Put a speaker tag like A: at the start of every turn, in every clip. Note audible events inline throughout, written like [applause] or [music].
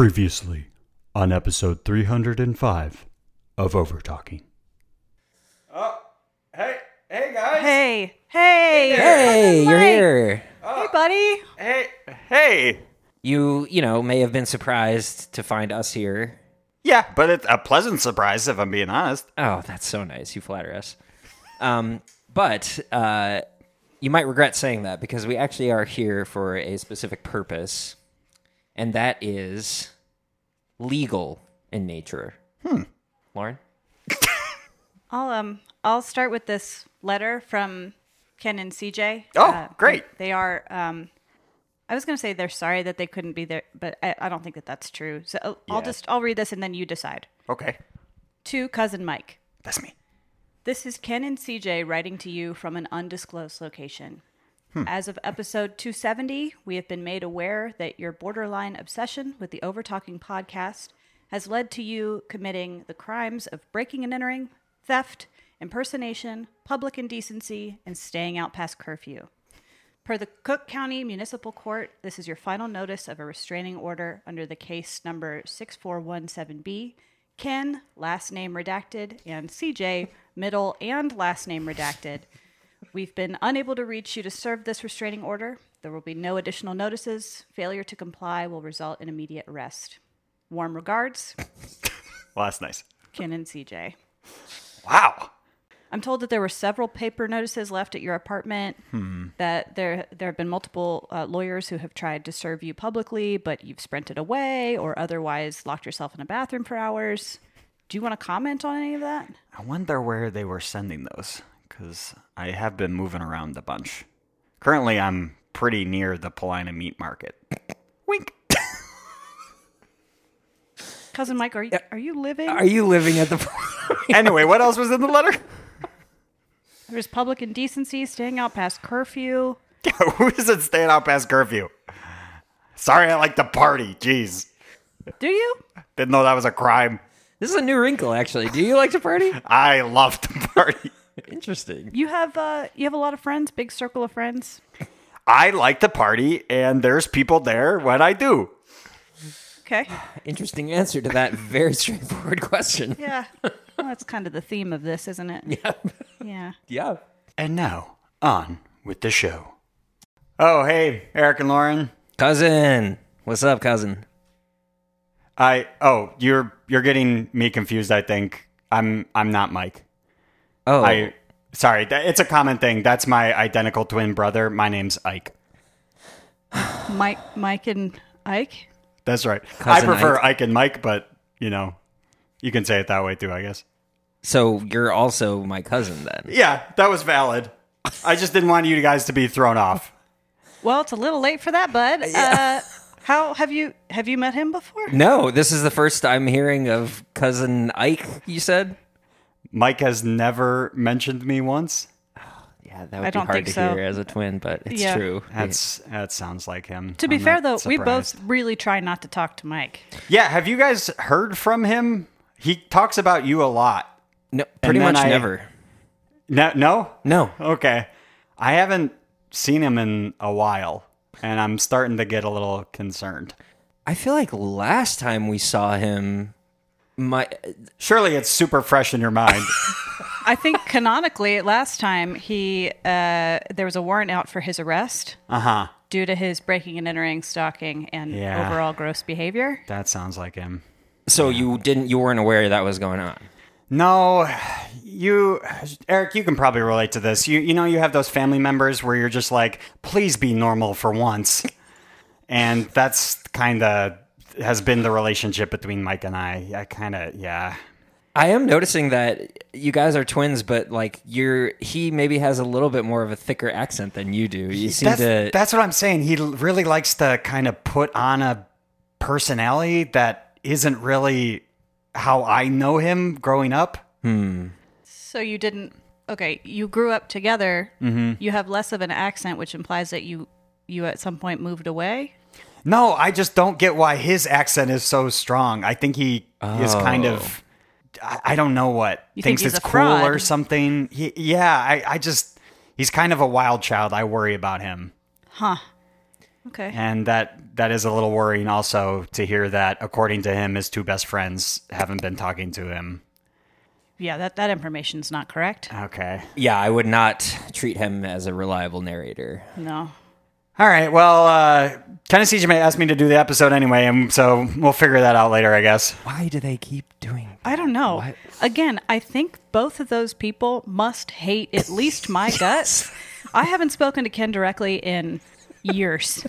A: Previously on episode 305 of Overtalking.
B: Oh, hey, hey guys.
C: Hey, hey,
D: Hey, you're
C: Mike.
D: here.
C: hey, buddy.
B: Hey, hey.
D: You, you know, may have been surprised to find us here.
B: Yeah, but it's a pleasant surprise if I'm being honest.
D: Oh, that's so nice. You flatter us. Um, but uh, you might regret saying that because we actually are here for a specific purpose, and that is legal in nature. Hmm. Lauren?
C: I'll um, I'll start with this letter from Ken and CJ.
B: Oh, great.
C: They are um, I was gonna say they're sorry that they couldn't be there, but I, I don't think that that's true. So I'll- I'll just I'll read this and then you decide.
B: Okay,
C: To cousin Mike.
B: that's me.
C: This is Ken and CJ writing to you from an undisclosed location. As of episode 270, we have been made aware that your borderline obsession with the Overtalking podcast has led to you committing the crimes of breaking and entering, theft, impersonation, public indecency, and staying out past curfew. Per the Cook County Municipal Court, this is your final notice of a restraining order under the case number 6417B. Ken, last name redacted, and CJ, middle and last name redacted. We've been unable to reach you to serve this restraining order. There will be no additional notices. Failure to comply will result in immediate arrest. Warm regards,
B: Well, that's nice.
C: Ken and CJ.
B: Wow.
C: I'm told that there were several paper notices left at your apartment. That there there have been multiple uh, lawyers who have tried to serve you publicly, but you've sprinted away or otherwise locked yourself in a bathroom for hours. Do you want to comment on any of that?
B: I wonder where they were sending those because I have been moving around a bunch. Currently, I'm pretty near the Polina meat market. Wink. [laughs]
C: Cousin Mike, are you are you living?
D: Are you living at the. [laughs]
B: anyway, what else was in the letter? [laughs]
C: There's public indecency, staying out past curfew.
B: Who isn't staying out past curfew? Sorry, I like to party. Jeez,
C: Do you?
B: didn't know that was a crime.
D: this is a new wrinkle, actually. Do you like to party?
B: I love to [laughs] party.
D: Interesting.
C: You have uh, you have a lot of friends, big circle of friends.
B: I like to party, and there's people there when I do.
C: Okay.
D: Interesting answer to that very [laughs] straightforward question.
C: Yeah. well, that's kind of the theme of this, isn't it? Yeah. Yeah.
D: Yeah.
B: And now, on with the show. Oh, hey, Eric and Lauren.
D: Cousin. What's up, cousin?
B: I oh, you're you're getting me confused, I think. I'm I'm not Mike.
D: Oh,
B: I sorry, th- it's a common thing. That's my identical twin brother. My name's Ike.
C: Mike, Mike, and Ike.
B: That's right.
D: Cousin
B: I prefer
D: Ike.
B: Ike. and Mike, but you know, you can say it that way too, I guess.
D: so you're also my cousin then?
B: Yeah, that was valid. I just didn't want you guys to be thrown off.
C: Well, it's a little late for that, bud. Uh, how have you have you met him before?
D: No, this is the first I'm hearing of cousin Ike. You said?
B: Mike has never mentioned me once.
D: Yeah, that would
C: I
D: be
C: don't
D: hard
C: think
D: to
C: so.
D: hear as a twin, but it's
C: Yeah.
D: true.
B: That's that sounds like him.
C: To be
B: I'm
C: fair,
B: not
C: though, we
B: surprised.
C: both really try not to talk to Mike.
B: Yeah, have you guys heard from him? He talks about you a lot.
D: no, pretty
B: then
D: much
B: I-
D: never.
B: No, no,
D: No,
B: okay. I haven't seen him in a while, and I'm starting to get a little concerned.
D: I feel like last time we saw him, my
B: Surely it's super fresh in your mind.
C: I think canonically, last time he uh, there was a warrant out for his arrest
B: uh huh.
C: due to his breaking and entering, stalking, and
B: Yeah.
C: overall gross behavior.
B: That sounds like him.
D: so you didn't, you weren't aware that was going on.
B: No, you, Eric, you can probably relate to this. You, you know, you have those family members where you're just like, please be normal for once. And that's kind of has been the relationship between Mike and I. I kind of, yeah.
D: I am noticing that you guys are twins, but like you're, he maybe has a little bit more of a thicker accent than you do. You seem
B: that's,
D: to.
B: that's what I'm saying. He l- really likes to kind of put on a personality that isn't really how I know him growing up.
C: So you didn't. Okay, you grew up together.
B: Mm-hmm.
C: You have less of an accent, which implies that you you at some point moved away.
B: No, I just don't get why his accent is so strong. I think he is kind of I, I don't know what
C: You think
B: thinks
C: he's
B: it's
C: a
B: cool
C: fraud?
B: or something. He, yeah, I, I just he's kind of a wild child. I worry about him.
C: Okay.
B: And that that is a little worrying also to hear that according to him his two best friends haven't been talking to him.
C: yeah, that, that information's not correct.
B: Okay.
D: Yeah, I would not treat him as a reliable narrator.
C: No.
B: All right. Well, uh Tennessee Jimmy asked me to do the episode anyway, and so we'll figure that out later, I guess.
D: Why do they keep doing
C: I don't know.
D: What?
C: Again, I think both of those people must hate at
D: [laughs]
C: least my guts. I haven't spoken to Ken directly in years.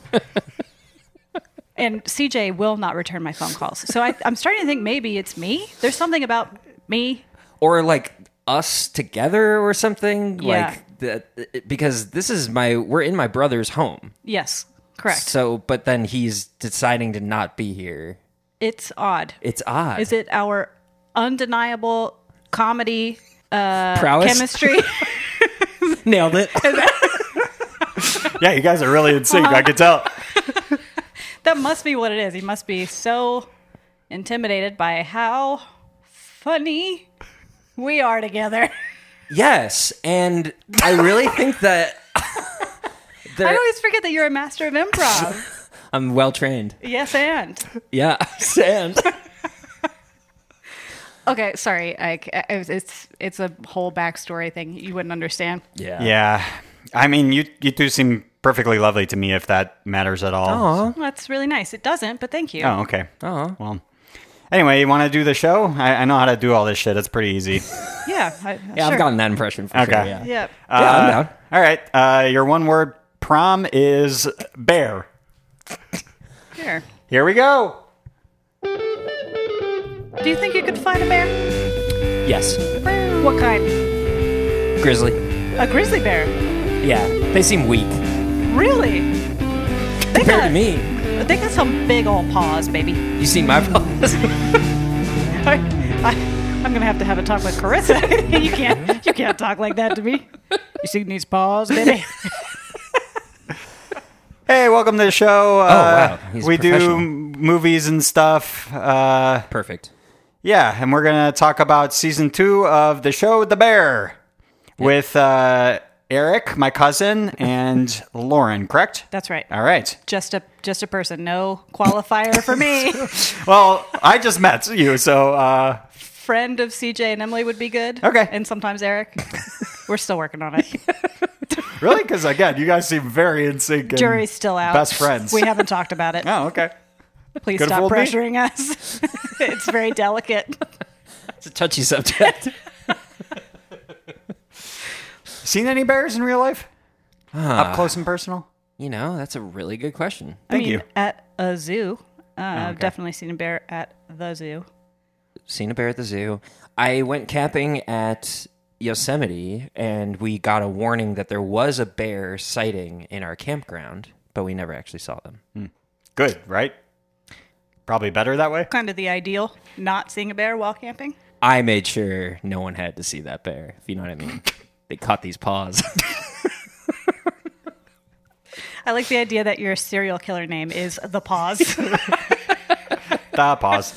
C: and CJ will not return my phone calls. So I, I'm starting to think maybe it's me. There's something about me.
D: Or like us together or something?
C: Yeah.
D: Like that because this is my we're in my brother's home.
C: Yes, correct.
D: So but then he's deciding to not be here.
C: It's odd.
D: It's odd.
C: Is it our undeniable comedy
D: prowess?
C: chemistry?
D: [laughs] Nailed it.
B: Yeah, you guys are really in sync, I
D: [laughs]
B: could tell.
C: that must be what it is. He must be so intimidated by how funny we are together.
D: [laughs] yes. And I really think that [laughs]
C: [laughs] I
D: there,
C: always forget that you're a master of improv.
D: I'm well trained.
C: [laughs] yes, and
D: Yeah. [laughs]
C: [laughs]
D: Sand.
C: okay. Sorry, I, it's it's a whole backstory thing you wouldn't understand.
D: Yeah.
B: Yeah. I mean you you two seem perfectly lovely to me if that matters at all.
D: Aw.
C: That's really nice. It doesn't, but thank you.
B: Oh, okay.
D: Aw.
B: Well anyway, you wanna do the show? I, I know how to do all this shit. It's pretty
D: [laughs]
B: easy.
C: Yeah, I,
D: Yeah,
C: sure.
D: I've gotten that impression for sure.
B: Okay.
D: Yeah.
C: Yeah.
D: Yeah, I'm down.
B: All right. Uh, your one word prom is bear.
C: Here.
B: Here we go.
C: Do you think you could find a bear?
D: Yes.
C: What kind?
D: Grizzly.
C: A grizzly bear.
D: Yeah. They seem weak.
C: Really? They
D: Compared
C: got,
D: to me.
C: They got some big old paws, baby.
D: You seen my [laughs] paws?
C: [laughs] I, I, I'm gonna have to have a talk with Carissa. [laughs] you can't, you can't talk like that to me. You see these paws,
B: [laughs]
C: baby?
B: Hey, welcome to the show.
D: Oh,
B: Uh,
D: wow. He's a
B: we do
D: professional.
B: m- movies and stuff. Uh,
D: Perfect.
B: yeah, and we're gonna talk about season two of the show The Bear with uh, Eric, my cousin, and [laughs] Lauren. Correct.
C: That's right.
B: All right.
C: Just a, just a person. No qualifier for me.
B: Well, I just met you, so uh,
C: Friend of CJ and Emily would be good.
B: Okay.
C: And sometimes Eric. We're still working on
B: [laughs]
C: it.
B: really, because again, you guys seem very in sync. and
C: Jury's still out.
B: Best friends.
C: We haven't talked about
B: [laughs]
C: it.
B: oh, okay.
C: Please
B: could've
C: stop
B: fooled me.
C: pressuring us. [laughs] it's very delicate.
D: It's a touchy subject.
B: Seen any bears in real life? Up close and personal.
D: [laughs] you know, that's a really good question.
B: Thank
C: I mean,
B: you.
C: At a zoo, uh, I've definitely seen a bear at the zoo.
D: Seen a bear at the zoo. I went camping at Yosemite and we got a warning that there was a bear sighting in our campground, but we never actually saw them.
B: Good, right? Probably better
C: [laughs]
B: that way.
C: Kind of the ideal, not seeing a bear while camping.
D: I made sure no one had to see that bear, if you know what I
B: [laughs]
D: mean. they caught these paws. [laughs]
C: I like the idea that your serial killer name is The
B: [laughs]
C: Paws.
B: Da pause.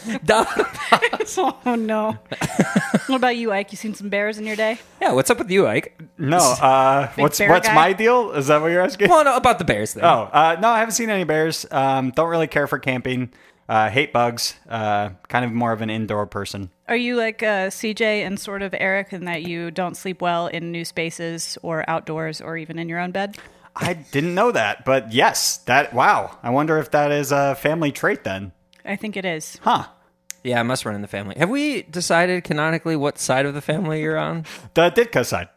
C: oh, no. [laughs] what about you, Ike? You seen some bears in your day?
D: yeah, what's up with you, Ike?
B: No, uh, what's
C: bear
B: what's
C: guy?
B: my deal? Is that what you're asking?
D: Well, no, about the bears thing.
B: Oh, uh, no, I haven't seen any bears. Um, don't really care for camping. Uh, hate bugs. Uh, kind of more of an indoor person.
C: Are you like uh, CJ and sort of Eric in that you don't sleep well in new spaces or outdoors or even in your own bed?
B: I didn't know that, but yes, that. Wow, I wonder if that is a family trait then,
C: I think it is.
B: huh?
D: Yeah, I must run in the family. Have we decided canonically what side of the family you're on?
B: The Ditka side,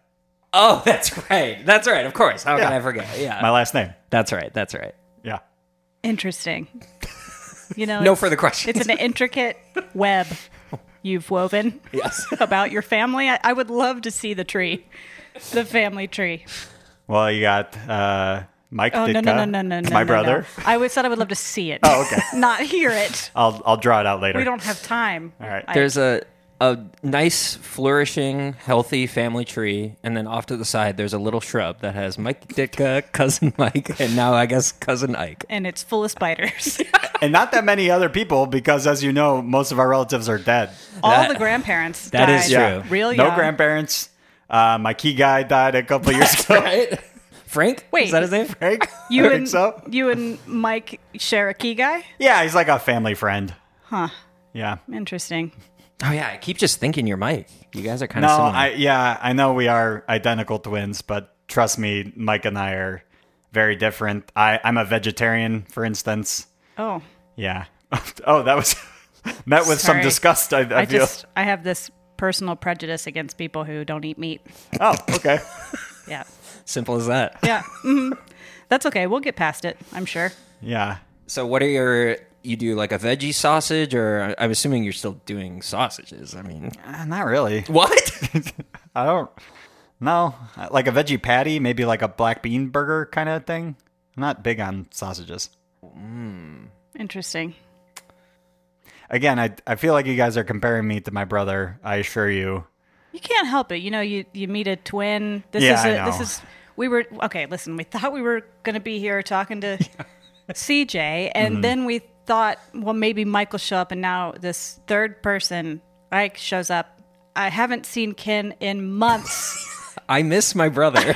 D: Oh, that's right. That's right. Of course. How can
B: Yeah.
D: I forget? Yeah.
C: Uh,
B: my last name.
D: that's right. That's right.
B: Yeah,
C: Interesting. You
B: [laughs]
C: know,
D: No
C: it's-
D: further questions.
C: It's an intricate web you've woven
D: yes.
C: [laughs] about your family. I, I would love to see the tree, the family tree.
B: well, you got uh, Mike
C: Oh no
B: Ditka,
C: no no no no no!
B: my
C: no,
B: brother.
C: No. I always said I would love to see it.
B: Oh,
C: [laughs]
B: okay.
C: Not hear it.
B: I'll I'll draw it out later.
C: We don't have time.
B: All right.
D: [laughs]
C: I-
D: There's a a nice, flourishing, healthy family tree, and then off to the side, there's a little shrub that has Mike Ditka, [laughs] cousin Mike, and now I guess cousin [laughs] Ike.
C: and it's full of
D: [laughs]
C: spiders. [laughs]
B: and not that many other people because as you know most of our relatives are dead
C: All
D: That-
C: the grandparents.
D: that
C: died
D: is true.
C: Real
B: no
C: young. [laughs]
B: grandparents uh, my key guy died a couple years ago
D: Right? Frank?
C: Wait.
D: Is that his name?
B: Frank?
C: You
B: I think
C: and
B: so?
C: you and Mike share a key guy.
B: Yeah, he's like a family friend.
C: Huh.
B: Yeah.
C: Interesting.
D: Oh, yeah. I keep just thinking you're Mike. You guys are kind
B: No,
D: of similar.
B: I yeah, I know we are identical twins, but trust me, Mike and I are very different. I, I'm a vegetarian, for instance.
C: Oh,
B: Yeah. [laughs] oh, that was [laughs] met with some
C: Sorry.
B: disgust. I, I,
C: I,
B: feel.
C: just I have this personal prejudice against people who don't eat meat.
B: Oh, okay.
C: Yeah.
D: Simple as that.
C: Yeah.
B: [laughs]
C: Mhm. That's okay. We'll get past it. I'm sure.
B: Yeah.
D: So, what are your. You do like a veggie sausage, or I'm assuming you're still doing sausages. I mean,
B: Uh, not really.
D: [laughs] what?
B: I don't. No, Uh, like a veggie patty, maybe like a black bean burger kind of thing. I'm not big on sausages.
C: Interesting.
B: Again, I I feel like you guys are comparing me to my brother. I assure you.
C: You can't help it. You know, you you meet a twin. This
B: Yeah,
C: is
B: I
C: a,
B: know.
C: this is we were okay, listen, we thought we were going to be here talking
D: [laughs]
C: to CJ
D: Mm-hmm.
C: and then we thought well maybe Mike will show up and now this third person Ike shows up. I haven't seen Ken in months.
D: I miss my [laughs] brother.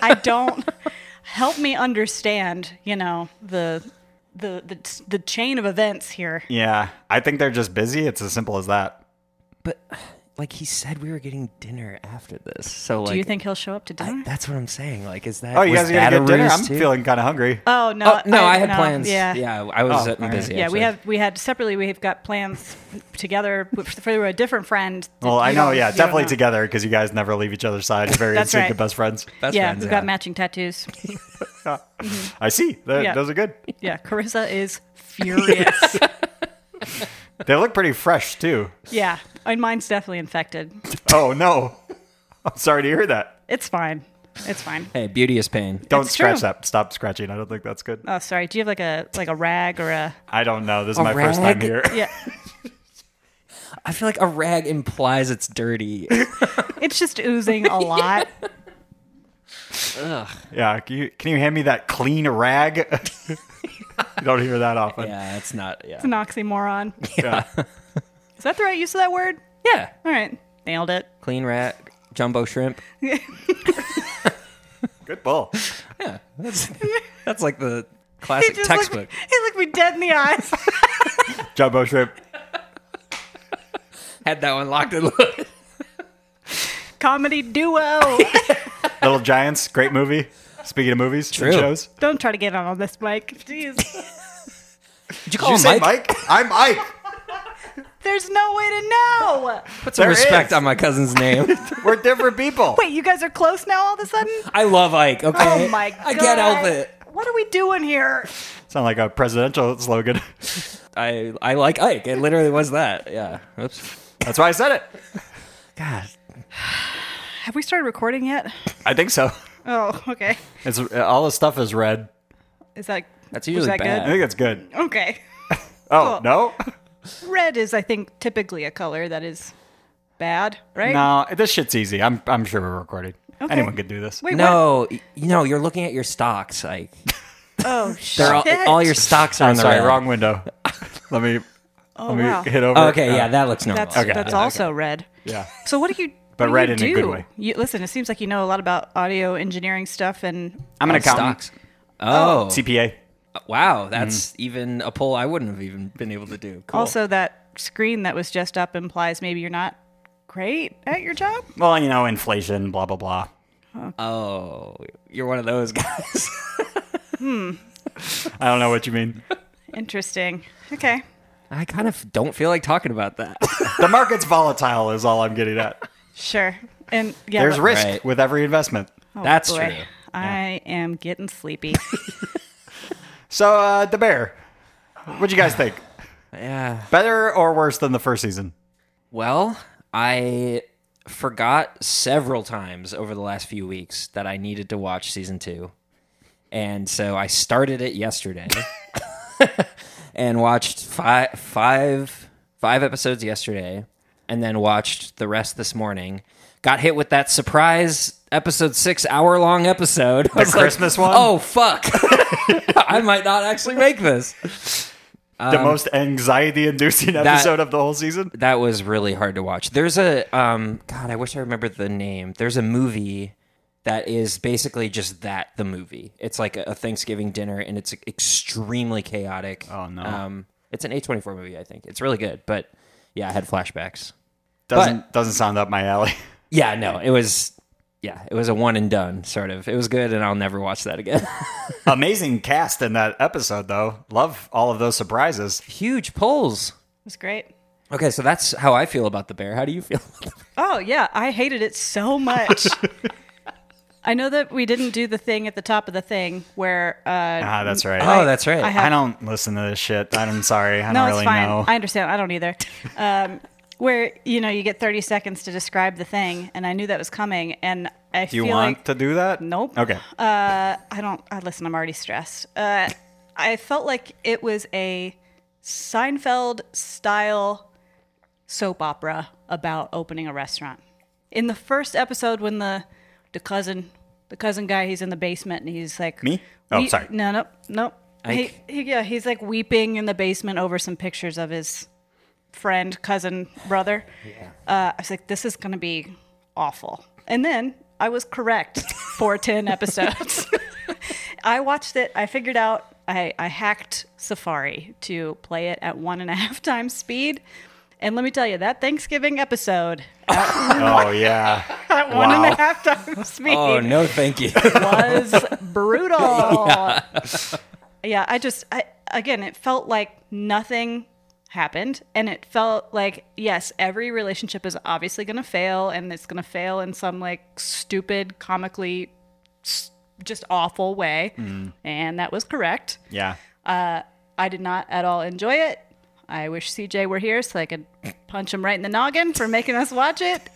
C: I don't help me understand, you know, the the the, the chain of events here.
B: Yeah, I think they're just busy. It's as simple as that.
D: but like he said, we were getting dinner after this. So like,
C: Do you think he'll show up to dinner?
D: I- that's what I'm saying? Like, is that?
B: Oh, you
D: was
B: guys are
D: that
B: gonna
D: a
B: get dinner?
D: ruse,
B: I'm
D: too?
B: feeling kind of hungry.
C: oh no.
D: Oh no, I, had plans. Yeah,
C: Yeah.
D: I was
B: Oh,
D: uh,
B: all
D: busy.
C: Yeah, we
D: actually.
C: have we had separately. We've got plans together with- for a different friend.
B: Well, I
C: You
B: know.
C: don't-
B: Yeah,
C: you don't
B: definitely
C: know.
B: together because you guys never leave each
C: [laughs]
B: other's side. Very in
C: That's
B: sync
C: right.
B: and best friends.
D: Best
C: yeah,
D: friends,
C: we've
D: yeah.
C: got matching tattoos.
B: [laughs] I see. Th-
C: Yeah.
B: Those are good.
C: [laughs] Yeah, Carissa is furious.
B: They look pretty fresh too.
C: [laughs] yeah, and mine's definitely infected.
B: Oh no, [laughs] I'm sorry to hear that.
C: It's fine. It's fine.
D: Hey, beauty is pain.
B: Don't
C: It's
B: scratch
C: true.
B: that. Stop scratching. I don't think that's good.
C: Oh, sorry. Do you have like a like a rag or a
B: I don't know. This is
D: A
B: my first time
D: rag?
B: here.
C: [laughs] yeah?
D: I feel like a rag implies it's
B: [laughs]
D: dirty.
C: It's just oozing a lot.
B: Yeah, can you, can you hand me that clean rag? [laughs] you don't hear that often.
D: yeah, it's not. Yeah,
C: It's an oxymoron.
B: Yeah.
C: [laughs] Is that the right use of that word?
D: yeah.
C: All right, nailed it.
D: Clean rat, jumbo shrimp.
B: Good bull.
D: Yeah, that's that's like the
C: He
D: classic
C: just
D: textbook.
C: Looked, he looked me dead in the eyes.
B: Jumbo shrimp.
D: Had that one locked and loaded.
C: Comedy duo.
B: Little Giants. Great movie. Speaking of movies
D: True.
B: and shows.
C: Don't try to get on this, Mike. Jeez.
D: Did you
B: Did
D: call
B: you
D: him
B: say
D: Mike?
B: Oh, Mike? I'm Ike.
C: There's no way to know.
D: Put some
B: There
D: respect
B: is.
D: on my cousin's name. [laughs]
B: We're different people.
C: Wait, you guys are close now all of a sudden?
D: I love Ike. Okay,
C: Oh my god.
D: I can't help it.
C: What are we doing here?
B: Sound like a presidential slogan.
D: I I like Ike. It literally was that. Yeah. Oops.
B: That's why I said it.
D: God.
C: Have we started recording yet?
B: I think so.
C: Oh, okay.
B: It's all this stuff is red.
C: Is that
D: That's
C: was
D: usually
C: that
B: I
D: bad.
B: think that's good.
C: good? Okay.
B: Oh
C: Cool.
B: [laughs] no,
C: Red is I think typically a color that is bad, right?
B: no. This shit's easy. I'm I'm sure we're recording.
C: Okay.
B: Anyone could do this.
C: Wait, what?
D: No, y- no, you're looking at your stocks. Like
C: Oh shit.
D: they're all, all your stocks are in the
B: Sorry,
D: red.
B: wrong window. let [laughs] me
C: Oh
B: let me
C: wow.
B: hit over.
D: Oh, okay, yeah,
B: Uh,
D: that looks normal.
C: That's that's
B: Yeah,
C: also red.
B: yeah.
C: So what do you what
B: But
C: do
B: red
C: you
B: in
C: do?
B: a good way.
C: You, listen, it seems like you know a lot about audio engineering stuff and
B: I'm an accountant.
D: Stocks. Oh, Mm.
B: CPA.
D: wow, that's even a poll I wouldn't have even been able to do. Cool.
C: also that screen that was just up implies maybe you're not great at your job.
B: Well, you know, inflation, blah blah blah.
D: oh, you're one of those guys.
B: I don't know what you mean.
C: Interesting. Okay.
D: I kind of don't feel like talking about that.
B: the market's volatile is all I'm getting at.
C: Sure. And yeah,
B: There's
C: but-
B: risk
D: Right.
B: with every investment.
C: Oh,
D: That's
C: boy.
D: true.
C: I am getting sleepy.
B: So uh, the bear. What'd you guys think?
D: yeah.
B: Better or worse than the first season?
D: Well, I forgot several times over the last few weeks that I needed to watch season two. And so I started it yesterday [laughs] and watched five, five, five episodes yesterday and then watched the rest this morning. Got hit with that surprise episode six hour long episode. [laughs] The
B: Christmas one?
D: Oh, fuck. [laughs] I might not actually make this.
C: Um,
B: the most anxiety-inducing episode of the whole season.
D: that was really hard to watch. There's a um God, I wish I remembered the name. There's a movie that is basically just that the movie. It's like a, a Thanksgiving dinner, and it's extremely chaotic.
B: Oh, no.
D: Um, it's an A twenty four movie, I think. It's really good, but yeah, I had flashbacks.
B: Doesn't doesn't sound up my
C: [laughs]
B: alley.
D: Yeah, no, it was. Yeah, it was a one and done sort of. It was good, and I'll never watch that again. [laughs]
B: Amazing cast in that episode, though. Love all of those surprises.
D: Huge pulls.
C: was great.
D: Okay, so that's how I feel about the bear. How do you feel? About the bear?
C: Oh yeah, I hated it so
B: [laughs]
C: much. I know that we didn't do the thing at the top of the thing where uh,
B: Ah, that's right.
D: Oh, that's right.
C: I have-
B: I don't listen to this
C: [laughs]
B: shit. I'm sorry. I
C: no,
B: don't
C: it's
B: really
C: fine.
B: know.
C: I understand. I don't either. Um, where you know you get thirty seconds to describe the thing, and I knew that was coming, and I
B: Do you
C: feel
B: want
C: like
B: to do that?
C: Nope.
B: Okay.
C: Uh, I don't. I listen. I'm already stressed. Uh, I felt like it was a Seinfeld style soap opera about opening a restaurant. In the first episode, when the the cousin the cousin guy he's in the basement and he's like
B: Me? Oh,
C: we-
B: sorry.
C: No, no, no. He,
D: Ike.
C: he, yeah, he's like weeping in the basement over some pictures of his friend, cousin, brother. Uh, I was like, this is going to be awful. And then I was correct for
D: [laughs]
C: 10 episodes. [laughs] I watched it. I figured out, I, I hacked Safari to play it at one and a half times speed. And let me tell you, that Thanksgiving episode [laughs]
B: Oh yeah.
C: at one and
B: Wow.
C: a half times speed
D: Oh no, thank you.
C: was brutal. Yeah. I just, I, again, it felt like nothing happened. And it felt like, yes, every relationship is obviously going to fail and it's going to fail in some like stupid, comically s- just awful way. And that was correct.
B: Yeah.
C: I did not at all enjoy it. I wish CJ were here so I could punch him right in the noggin for making us watch it.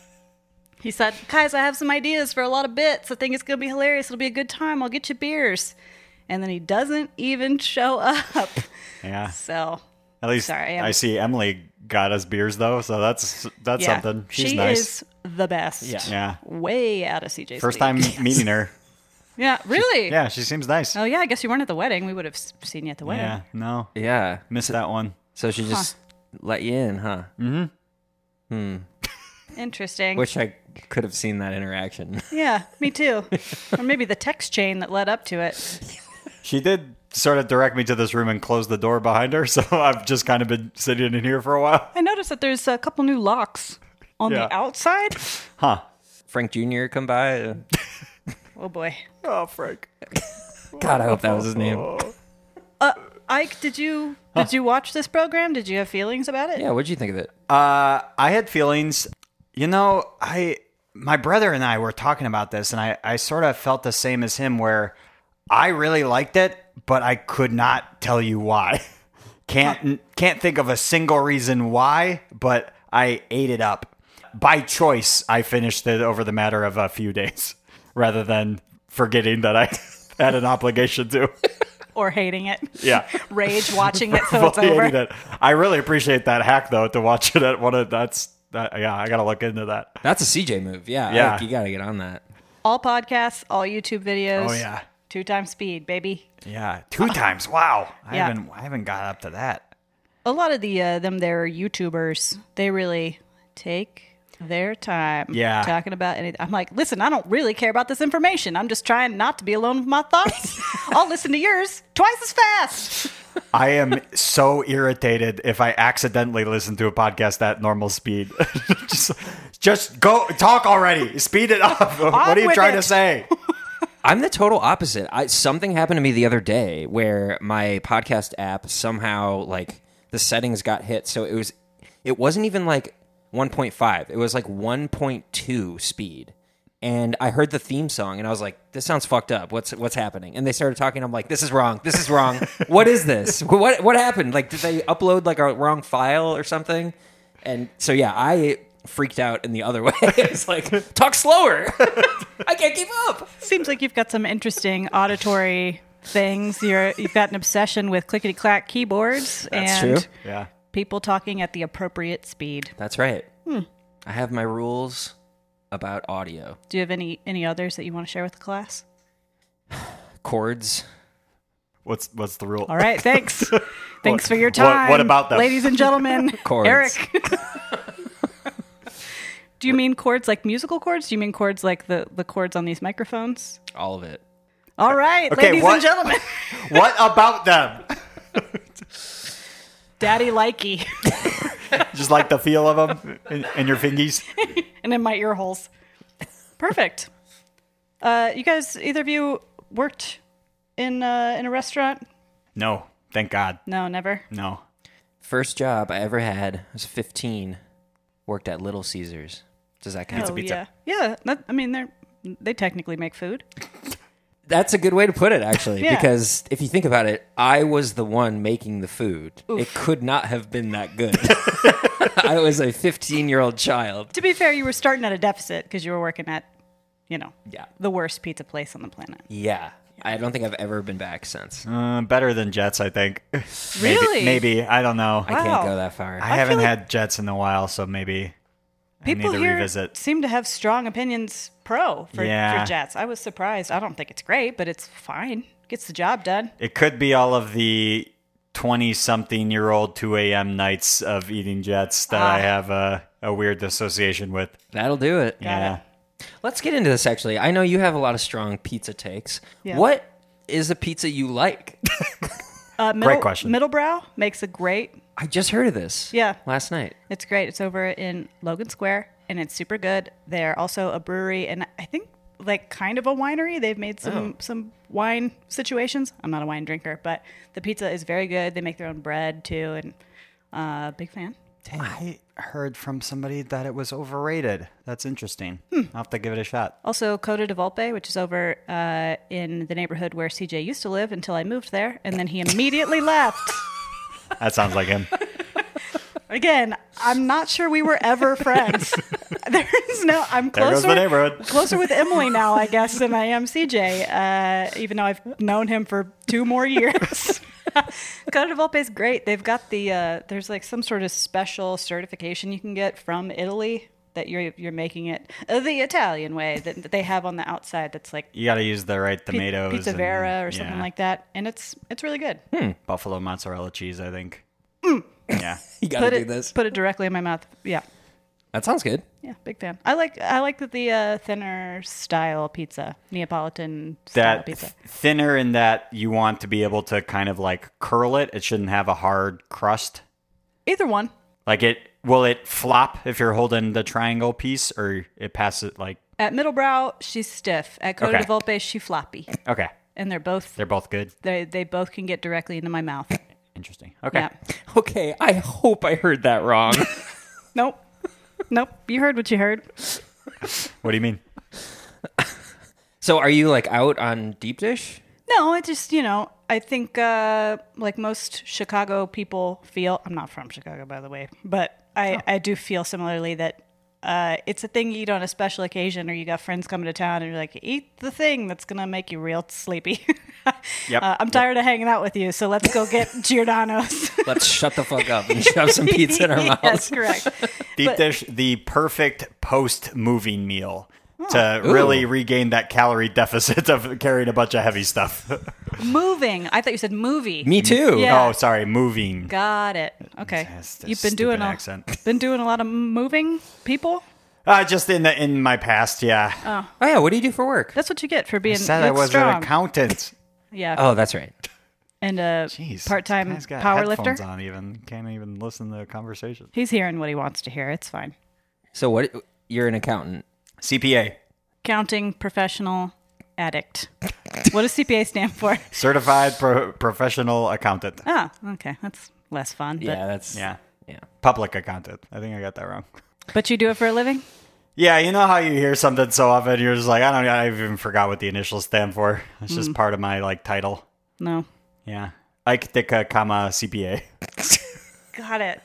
C: He said, Guys, I have some ideas for a lot of bits. I think it's going to be hilarious. It'll be a good time. I'll get you beers. And then he doesn't even show up. [laughs]
B: Yeah.
C: So,
B: At least
C: Sorry, I'm-
B: I see Emily got us beers though, so that's that's
C: yeah.
B: something. She's
C: she
B: nice.
C: is the best.
D: Yeah.
C: [laughs]
B: Yeah.
C: Way out of CJ's.
B: First
C: league.
B: time
C: [laughs]
B: meeting her.
C: Yeah, really?
B: Yeah, she seems nice.
C: Oh, yeah. I guess you weren't at the wedding. We would have s- seen you at the wedding.
B: yeah. No.
D: [laughs] yeah.
B: Missed that one.
D: So she just let you in, huh?
C: Interesting.
D: Wish I could have seen that interaction. [laughs]
C: yeah, me too. or maybe the text chain that led up to it.
B: She did sort of direct me to this room and close the door behind her, [laughs] so I've just kind of been sitting in here for a while.
C: I noticed that there's a couple new locks on
B: Yeah.
C: the outside.
B: Huh.
D: Frank Jr. come by. uh,
C: Oh boy.
B: Oh, Frank.
D: [laughs] God, I hope that was his name.
C: Uh, Ike, did you did you watch this program? Did you have feelings about it?
D: Yeah, what'd you think of it?
B: Uh, I had feelings. You know, I my brother and I were talking about this, and I I sort of felt the same as him, where I really liked it, but I could not tell you why. [laughs] can't can't think of a single reason why, but I ate it up by choice. I finished it over the matter of a few days, [laughs] rather than forgetting that I [laughs] had an obligation to. [laughs]
C: Or hating it?
B: Yeah.
C: Rage watching
B: [laughs]
C: it so it's
B: Fully
C: over.
B: hated it. I really appreciate that hack though to watch it at one of that's that, yeah I gotta look into that.
D: That's a CJ move. Yeah,
B: Yeah.
D: Ike, you gotta get on that.
C: All podcasts, all YouTube videos.
B: Oh, yeah.
C: Two times speed, baby.
B: Yeah, two times. Wow, I
C: Yeah.
B: haven't I haven't got up to that.
C: A lot of the uh, them there YouTubers, they really take their time
B: Yeah.
C: talking about anything. I'm like, listen, I don't really care about this information. I'm just trying not to be alone with my
B: [laughs]
C: thoughts. I'll listen to yours twice as fast.
B: I am so irritated if I accidentally listen to a podcast at normal speed. [laughs] just, just go talk already. Speed it up. what are you
C: with
B: trying
C: it.
B: to [laughs] say?
D: I'm the total opposite. I, something happened to me the other day where my podcast app somehow like the settings got hit, so it was it wasn't even like 1.5. It was like 1.2 speed, and I heard the theme song and I was like, "This sounds fucked up. What's what's happening?" And they started talking. I'm like, "This is wrong. This is wrong. what is this? What what happened? Like, did they upload like a wrong file or something?" And so yeah, I freaked out in the other [laughs] way. it's like talk slower. [laughs] I can't keep up.
C: Seems like you've got some interesting auditory things. You're you've got an obsession with clickety clack keyboards
D: That's
C: and
D: true.
B: Yeah.
C: people talking at the appropriate speed.
D: That's right.
C: Hmm.
D: I have my rules about audio
C: Do you have any any others that you want to share with the class?
D: chords.
B: What's what's the rule?
C: All right,
B: [laughs]
C: thanks. thanks for your
B: What-
C: time.
B: [laughs] what about them?
C: ladies and gentlemen?
D: Chords.
C: Eric. [laughs] Do you mean chords like musical chords? Do you mean chords like the, the chords on these microphones?
D: All of it.
C: All right,
B: Okay,
C: ladies
B: what-
C: and gentlemen. [laughs]
B: What about them?
C: Daddy likey.
B: Just like the feel of them in, in your fingies.
C: and in my ear holes. Perfect. [laughs] Uh, you guys, either of you worked in uh, in a restaurant?
B: No, thank God,
C: No, never.
B: no.
D: First job I ever had I was 15. Worked at Little Caesars. Does that count?
C: oh,
B: pizza.
C: Yeah, yeah. That, I mean, they are they technically make food.
D: That's a good way to put it, actually,
C: Yeah.
D: because if you think about it, I was the one making the food. It could not have been
C: [laughs]
D: that good. I was a 15 year old child.
C: To be fair, you were starting at a deficit because you were working at, you know,
D: Yeah.
C: the worst pizza place on the planet.
D: Yeah. I don't think I've ever been back since.
B: Uh, better than Jets, I think. [laughs] Maybe-
C: Really?
B: Maybe, I don't know.
D: I
B: I,
D: can't
C: Wow.
D: go that far.
B: haven't
C: like-
B: had Jets in a while, so maybe
C: People
B: I need to
C: here
B: revisit.
C: seem to have strong opinions pro for,
B: Yeah.
C: for Jets. I was surprised. I don't think it's great, but it's fine. Gets the job done.
B: It could be all of the twenty-something-year-old two a.m. nights of eating Jets that
C: Ah.
B: I have a, a weird association with.
D: That'll do it.
B: yeah.
D: Let's get into this, actually. I know you have a lot of strong pizza takes.
C: Yeah.
D: What is a pizza you like?
C: Uh, middle,
B: question.
C: Middlebrow makes a great
D: I just heard of this.
C: Yeah.
D: Last night.
C: It's great. It's over in Logan Square and it's super good. They're also a brewery and I think like kind of a winery. They've made
B: Oh.
C: some some wine situations. I'm not a wine drinker, but the pizza is very good. They make their own bread too and uh big fan.
B: I heard from somebody that it was overrated. That's interesting.
C: Hmm.
B: I'll have to give it a shot.
C: Also Coda de Volpe, which is over uh, in the neighborhood where CJ used to live until I moved there and then he immediately left.
B: That sounds
C: [laughs]
B: like him.
C: Again, I'm not sure we were ever friends. [laughs] There's no. I'm
B: There
C: closer.
B: goes the neighborhood.
C: Closer with Emily now, I guess, than I am CJ. Uh, even though I've known him for two more [laughs] years. Coda Volpe is great. They've got the uh, there's like some sort of special certification you can get from Italy that you're you're making it uh, the Italian way that, that they have on the outside. That's like
B: You got to use the right
C: pi-
B: tomatoes.
C: pizza
B: and-
C: vera or something
B: yeah.
C: like that, and it's it's really good.
B: Buffalo mozzarella cheese, I think.
C: Mm. [laughs]
B: Yeah.
D: [laughs] You gotta
C: Put
D: do
C: it
D: this.
C: put it directly in my mouth. Yeah.
D: That sounds good.
C: Yeah, big fan. I like I like that the uh, thinner style pizza, Neapolitan style
B: That
C: pizza.
B: th- thinner in that you want to be able to kind of like curl it. It shouldn't have a hard crust.
C: Either one.
B: Like it will it flop if you're holding the triangle piece or it passes like
C: At Middlebrow, she's stiff. At Coda
B: Okay.
C: de Volpe, she floppy.
B: okay.
C: And they're both
B: They're both good.
C: they they both can get directly into my mouth.
B: Interesting. Okay.
C: Yeah.
D: Okay, I hope I heard that wrong.
C: Nope. Nope. You heard what you heard.
B: What do
C: [laughs]
B: you mean?
D: [laughs] so, are you like out on deep dish?
C: No, it just you know I think uh, like most Chicago people feel. I'm not from Chicago, by the way, but
B: Oh.
C: I I do feel similarly that. Uh, it's a thing you eat on a special occasion, or you got friends coming to town, and you're like, eat the thing that's gonna make you real sleepy. [laughs]
B: Yep.
C: Uh, I'm tired of hanging out with you, so let's go
B: [laughs]
C: get Giordano's.
D: Let's shut the fuck up and shove some pizza in
C: [laughs]
D: our mouths.
C: yes, correct.
B: Deep dish, the perfect post moving meal
C: Hmm.
B: to really regain that calorie deficit of carrying a bunch of heavy stuff. [laughs]
C: Moving. I thought you said movie.
D: Me too.
C: Yeah.
B: Oh, sorry, moving.
C: Got it. Okay.
B: That's- that's
C: You've been doing
B: stupid
C: a, [laughs]
B: accent.
C: been doing a lot of moving people.
B: Uh, just in the in my past, yeah.
D: Oh yeah, what do you do for work?
C: That's what you get for being
B: I said I
C: that's
B: was
C: Um, strong.
B: an accountant.
C: yeah.
D: Oh, that's right.
C: and a
B: Jeez,
C: part-time
B: this guy's got
C: power
B: headphones
C: lifter.
B: On even can't even listen to the conversation.
C: He's hearing what he wants to hear. It's fine.
D: So what you're an accountant.
B: CPA,
C: Counting professional addict. what does CPA stand
D: [laughs]
C: for?
B: certified pro- professional accountant.
C: Oh, okay. That's less fun. But,
D: Yeah, that's
B: Yeah,
D: Yeah.
B: public accountant. I think I got that wrong.
C: but you do it for a living?
B: Yeah, you know how you hear something so often, you're just like, I don't, I even forgot what the initials stand for. It's
C: Mm.
B: just part of my like title.
C: No.
B: Yeah, Ike Dicka, comma CPA.
C: Got it.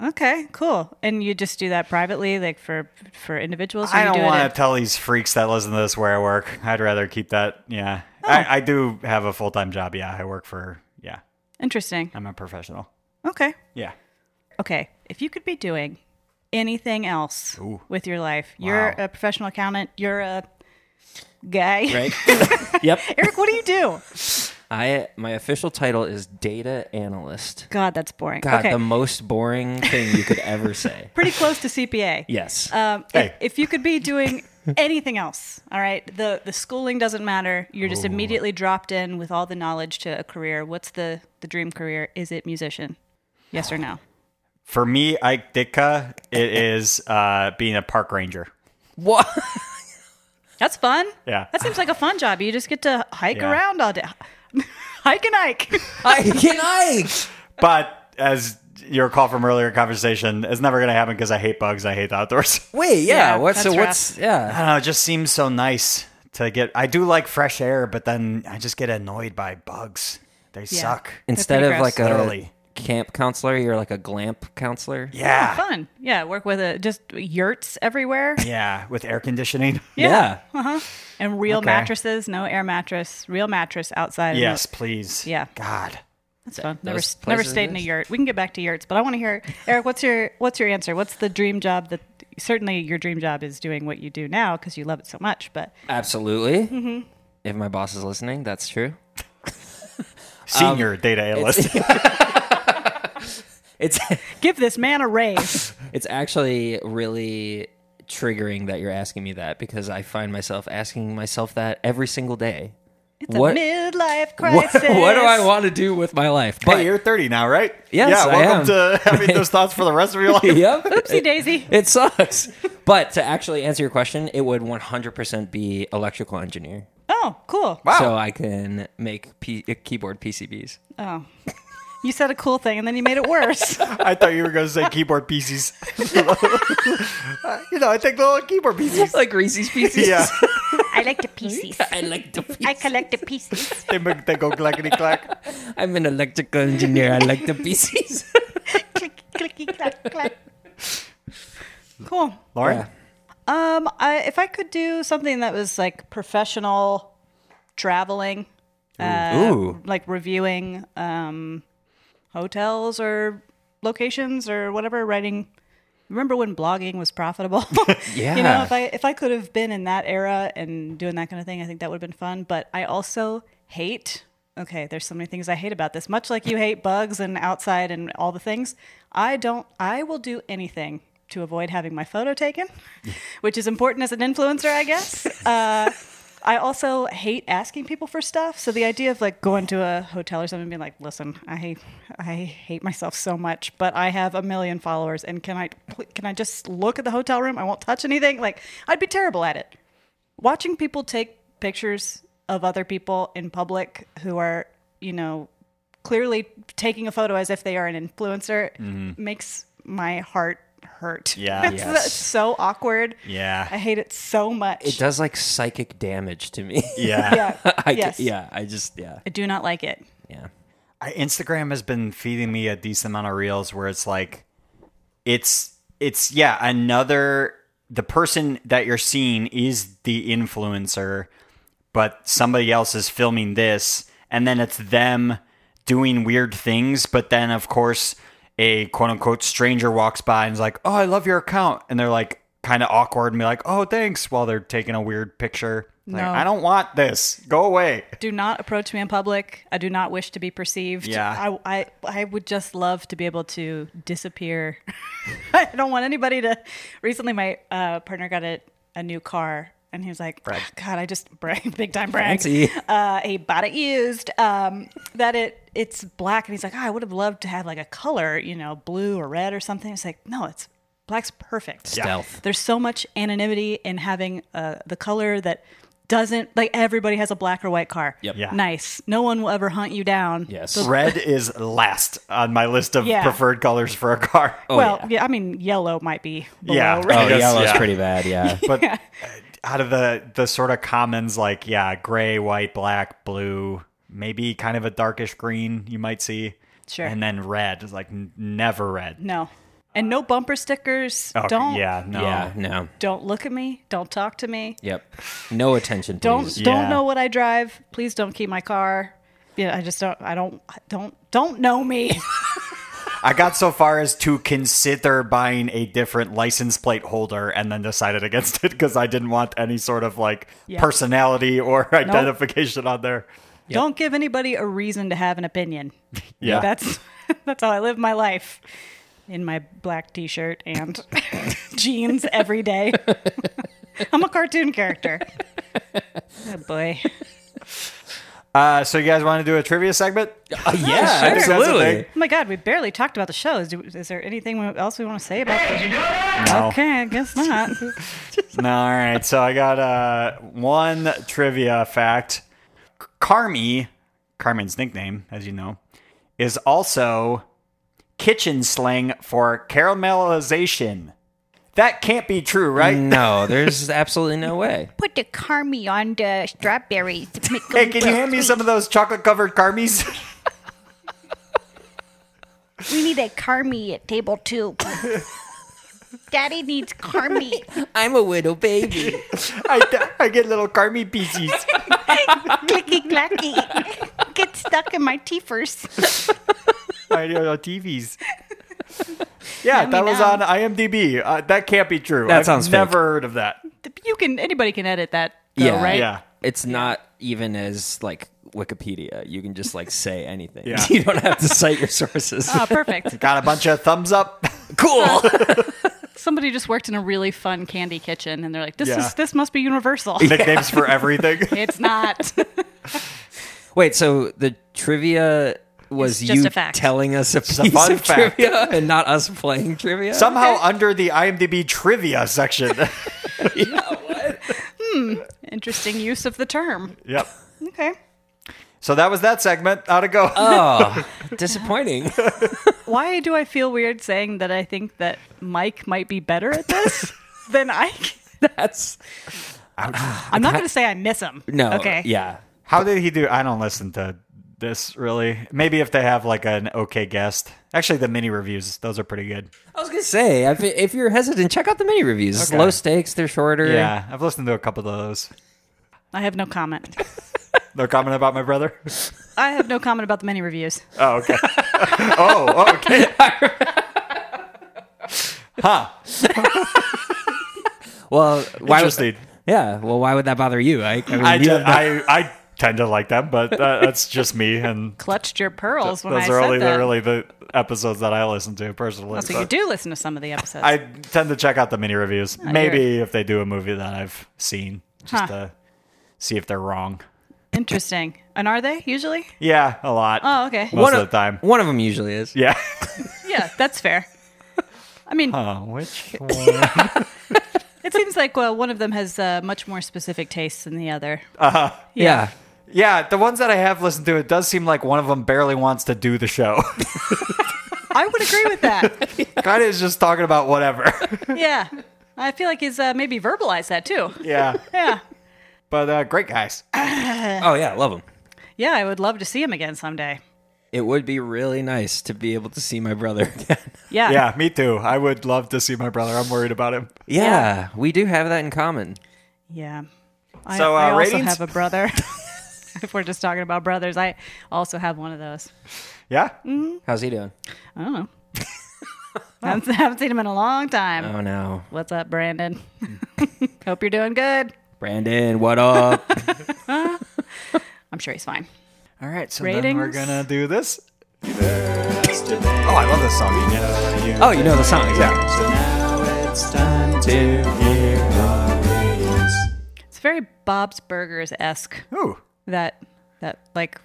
C: Okay, cool. And you just do that privately, like for for individuals. or
B: I
C: you
B: don't
C: do it
B: want
C: at-
B: to tell these freaks that listen to this where I work. I'd rather keep that. Yeah,
C: Oh.
B: I, I do have a full time job. Yeah, I work for. Yeah,
C: Interesting.
B: I'm a professional.
C: Okay.
B: Yeah,
C: Okay. If you could be doing anything else
B: Ooh.
C: with your life, you're
B: Wow.
C: a professional accountant. You're a guy. [laughs]
D: Right? [laughs] yep.
C: Eric, what do you do?
D: I my official title is data analyst.
C: God, that's boring.
D: God,
C: okay.
D: the most boring thing you could ever say.
C: Pretty close to
B: [laughs]
C: CPA.
D: Yes.
C: Um,
B: Hey.
C: if, if you could be doing anything else, all right, the the schooling doesn't matter. You're just immediately dropped in with all the knowledge to a career. What's the the dream career? Is it musician? Yes or no?
B: For me, Ike Ditka, it is uh, being a park ranger.
D: what?
C: That's fun.
B: Yeah.
C: That seems like a fun job. You just get to hike
B: Yeah.
C: around all day. [laughs] Hike and hike.
D: [laughs] I can I?
B: But as your call from earlier conversation, it's never going to happen because I hate bugs. I hate the outdoors. [laughs]
D: Wait, yeah.
C: Yeah,
D: what's so
C: that's
D: what's yeah?
B: I don't know. It just seems so nice to get. I do like fresh air, but then I just get annoyed by bugs. They suck.
D: Instead
C: pretty
D: of
C: gross.
D: like a
B: Literally.
D: camp counselor, you're like a glamp counselor.
B: Yeah.
C: fun. Yeah, work with a, just yurts
D: [laughs]
C: everywhere.
B: Yeah, with air conditioning.
D: Yeah.
C: And real
B: Okay.
C: mattresses, no air mattress, real mattress outside.
B: yes, please.
C: Yeah.
B: God.
C: that's fun. Never,
D: Those
C: never
D: places
C: stayed in a
D: exist?
C: yurt. We can get back to yurts, but I want to hear Eric. What's your what's your answer? What's the dream job that certainly your dream job is doing what you do now because you love it so much? But
D: Absolutely. If my boss is listening, that's true.
B: Senior data analyst.
D: It's [laughs]
C: give this man a raise.
D: it's actually really triggering that you're asking me that because I find myself asking myself that every single day.
C: It's
D: What-
C: a midlife
D: [laughs] What,
C: crisis.
D: what do I want to do with my life? [laughs] But
B: Hey, you're 30 now, right?
D: Yes,
B: Yeah,
D: I
B: welcome
D: am.
B: to having those thoughts for the rest of your life.
D: [laughs] yep.
C: Oopsie daisy.
D: It sucks. but to actually answer your question, it would 100% be electrical engineer.
C: Oh, cool.
B: Wow.
D: So I can make P- uh, keyboard [laughs] PCBs.
C: Oh. You said a cool thing and then you made it
D: [laughs]
C: worse.
B: I thought you were going to say keyboard pieces. [laughs] you know, I take the little keyboard pieces.
D: like Reese's PCBs.
B: Yeah.
C: I like the pieces.
D: [laughs] I like the
C: I collect the pieces.
B: they, make- they go clackety clack.
D: I'm an electrical engineer. I like the PCs. [laughs]
C: Click, clicky, clack, clack. Cool.
B: Lauren?
D: Yeah.
C: Um, I, if I could do something that was like professional traveling, uh,
D: Ooh.
C: like reviewing um, hotels or locations or whatever, writing. Remember when blogging was profitable? [laughs] you know,
D: Yeah.
C: if I if I could have been in that era and doing that kind of thing, I think that would have been fun. But I also hate. Okay, there's so many things I hate about this. Much like you hate bugs and outside and all the things, I don't. I will do anything to avoid having my photo taken, [laughs] which is important as an influencer, I guess. Uh, I also hate asking people for stuff. So the idea of like going to a hotel or something and being like, "Listen, I I hate myself so much, but I have a million followers, and can I pl- can I just look at the hotel room? I won't touch anything." Like I'd be terrible at it. Watching people take pictures of other people in public who are, you know, clearly taking a photo as if they are an influencer makes my heart hurt.
B: Mm-hmm. Yeah.
C: [laughs] It's
D: Yes.
C: so awkward.
B: Yeah.
C: I hate it so much.
D: It does like psychic damage to me.
B: Yeah.
C: Yeah.
D: [laughs] I,
C: Uh, yes.
D: Yeah. I just, yeah.
C: I do not like it.
D: Yeah.
B: I, Instagram has been feeding me a decent amount of reels where it's like, it's it's yeah another the person that you're seeing is the influencer, but somebody else is filming this, and then it's them doing weird things. But then of course, a quote unquote stranger walks by and is like, "Oh, I love your account," and they're like kind of awkward and be like, "Oh, thanks," while they're taking a weird picture. Like,
C: No.
B: I don't want this. Go away.
C: do not approach me in public. I do not wish to be perceived.
B: Yeah.
C: I, I, I would just love to be able to disappear. [laughs] I don't want anybody to. Recently, my uh, partner got a, a new car, and he was like, God, I just brag, [laughs] big time brag.
D: Fancy.
C: Uh, he bought it used, um, that it it's black. And he's like, "Ah, I would have loved to have like a color, you know, blue or red or something. It's like, no, it's black's perfect.
D: Stealth.
C: There's so much anonymity in having uh, the color that doesn't like everybody has a black or white car.
D: Yep.
B: Yeah.
C: Nice. No one will ever hunt you down.
D: Yes.
B: [laughs] Red is last on my list of
C: Yeah.
B: preferred colors for a car.
C: well, yeah. I mean, yellow might be below.
B: Oh, Yeah.
C: Right?
D: Oh,
B: Yes,
D: yellow's
B: yeah.
D: pretty bad. Yeah.
B: But uh out of the the sort of commons, like yeah, gray, white, black, blue, maybe kind of a darkish green you might see.
C: Sure.
B: And then red is like n- never red.
C: No. And no bumper stickers.
B: Oh,
C: don't.
B: Yeah. [laughs] No.
D: Yeah. No.
C: Don't look at me. Don't talk to me.
D: Yep. No attention,
C: Don't
D: please.
C: don't
B: Yeah.
C: know what I drive. Please don't keep my car. Yeah, I just don't. I don't. Don't don't know
D: [laughs]
C: me.
B: I got so far as to consider buying a different license plate holder, and then decided against it because I didn't want any sort of like
C: Yeah.
B: personality or identification on there.
C: Don't give anybody a reason to have an opinion.
B: Yeah.
C: That's [laughs] that's how I live my life. In my black t-shirt and [laughs] jeans every day. [laughs] I'm a cartoon
B: [laughs]
C: character. Oh boy.
B: Uh, so you guys want to do a trivia segment?
D: [laughs]
C: [laughs]
D: yeah,
B: sure.
D: absolutely.
C: Oh my god, we barely talked about the show. Is, is there anything else we want to say about the
B: No.
C: Okay, I guess not.
B: No, all right. So I got uh, one trivia fact. Carmi, Carmen's nickname, as you know, is also kitchen slang for caramelization. That can't be true, right?
D: No, there's absolutely no way.
C: Put the carmy on the strawberries.
D: [laughs]
B: Hey, can you hand me some of those chocolate covered Carmies?
C: We need a carmy at table
D: [laughs]
C: two. Daddy needs carmy.
D: I'm a widow [laughs] baby.
B: [laughs] I, I get little
D: [laughs]
B: Carmi pieces.
C: Clicky clacky. Get stuck in my teethers.
B: I do TVs. Yeah,
C: me
B: that was
C: know.
B: on IMDb. Uh, that can't be true.
D: That
B: I've
D: sounds fake.
B: never heard of that.
C: [laughs] You can anybody can edit that. Though,
D: Yeah.
C: right.
B: Yeah.
D: It's not even as like Wikipedia. You can just like
B: [laughs]
D: say anything.
B: Yeah.
D: [laughs] You don't have to cite your
B: [laughs]
D: sources. [laughs]
C: Oh, perfect.
B: Got a bunch of thumbs up. [laughs]
D: cool.
C: Somebody just worked in a really fun candy kitchen, and they're like, "This
B: Yeah.
C: is this must be
B: [laughs]
C: universal."
B: Nicknames
D: [laughs]
B: for everything.
C: it's not. [laughs]
D: Wait, so the trivia was
C: It's just
D: you
C: a fact.
D: telling us a piece
B: a fun
D: of
B: fact.
D: trivia and not us playing trivia?
B: Somehow under the IMDb trivia section.
D: [laughs]
C: Interesting use of the term.
B: yep.
C: Okay.
B: So that was that segment. How'd it go?
D: oh, [laughs] disappointing. [laughs]
C: Why do I feel weird saying that I think that Mike might be better at [laughs] this than I?
D: That's
C: I'm not going to say I miss him.
D: no.
C: Okay.
D: Yeah.
B: [laughs] How did he do? I don't listen to this really. Maybe if they have like an okay guest. Actually, the mini reviews, those are pretty good.
D: I was gonna say if, if you're hesitant, check out the mini reviews. It's
B: Okay.
D: Low stakes, they're shorter.
B: Yeah, I've listened to a couple of those.
C: I have no comment.
B: No comment about my brother? [laughs]
C: I have no comment about the many reviews.
B: Oh, okay. oh, okay.
D: Well, why would
B: Interesting.
D: yeah? Well, why would that bother you? I, I, mean,
B: I,
D: you
B: ju-
D: don't know.
B: I, I tend to like them, but uh, that's just
D: [laughs]
B: me. And
C: Clutched your pearls when
B: those
C: I
B: are
C: said
B: only,
C: that. Oh,
B: the really the episodes that I listen to personally.
C: so
B: so.
C: you do listen to some of the episodes.
B: I tend to check out the mini reviews. Maybe if they do a movie that I've seen, just
C: Oh, Huh.
B: to see if they're wrong.
C: Interesting. And are they usually?
B: Yeah, a lot.
C: Oh, okay.
B: most
D: One
B: of the time.
D: One of them usually is.
B: Yeah.
C: [laughs]
B: [laughs]
C: Yeah, that's fair. I mean,
B: Oh, which one?
C: it seems like well, one of them has uh, much more specific tastes than the other.
D: Yeah.
B: yeah, the ones that I have listened to, it does seem like one of them barely wants to do the show. [laughs]
C: I would agree with that.
B: kind of is just talking about whatever.
C: [laughs]
B: [laughs]
C: yeah, I feel like he's uh, maybe verbalized that too. [laughs]
B: yeah,
C: Yeah,
B: but uh, great guys.
D: Oh yeah, love them.
C: yeah, I would love to see him again someday.
D: It would be really nice to be able to see my brother [laughs] again.
C: Yeah,
B: Yeah, me too. I would love to see my brother. I'm worried about him.
D: Yeah, we do have that in common.
C: Yeah. I,
B: So, uh,
C: I also
B: ratings?
C: have a brother. [laughs] if we're just talking about brothers, I also have one of those.
B: Yeah,
C: Mm.
D: How's he doing?
C: I don't know.
B: Oh.
C: I haven't, haven't seen him in a long time.
B: Uh-huh.
D: Oh no,
C: What's up, Brandon?
B: Hmm.
C: [laughs] Hope you're doing good.
D: Brandon, what up?
C: I'm sure he's fine.
B: [laughs] All right, so then
C: Ratings?
B: we're gonna do this. Oh, I love this song. Yeah.
D: oh, you know the song? Yeah.
B: So now it's time to hear
C: It's very Bob's Burgers esque.
B: Ooh,
C: That that like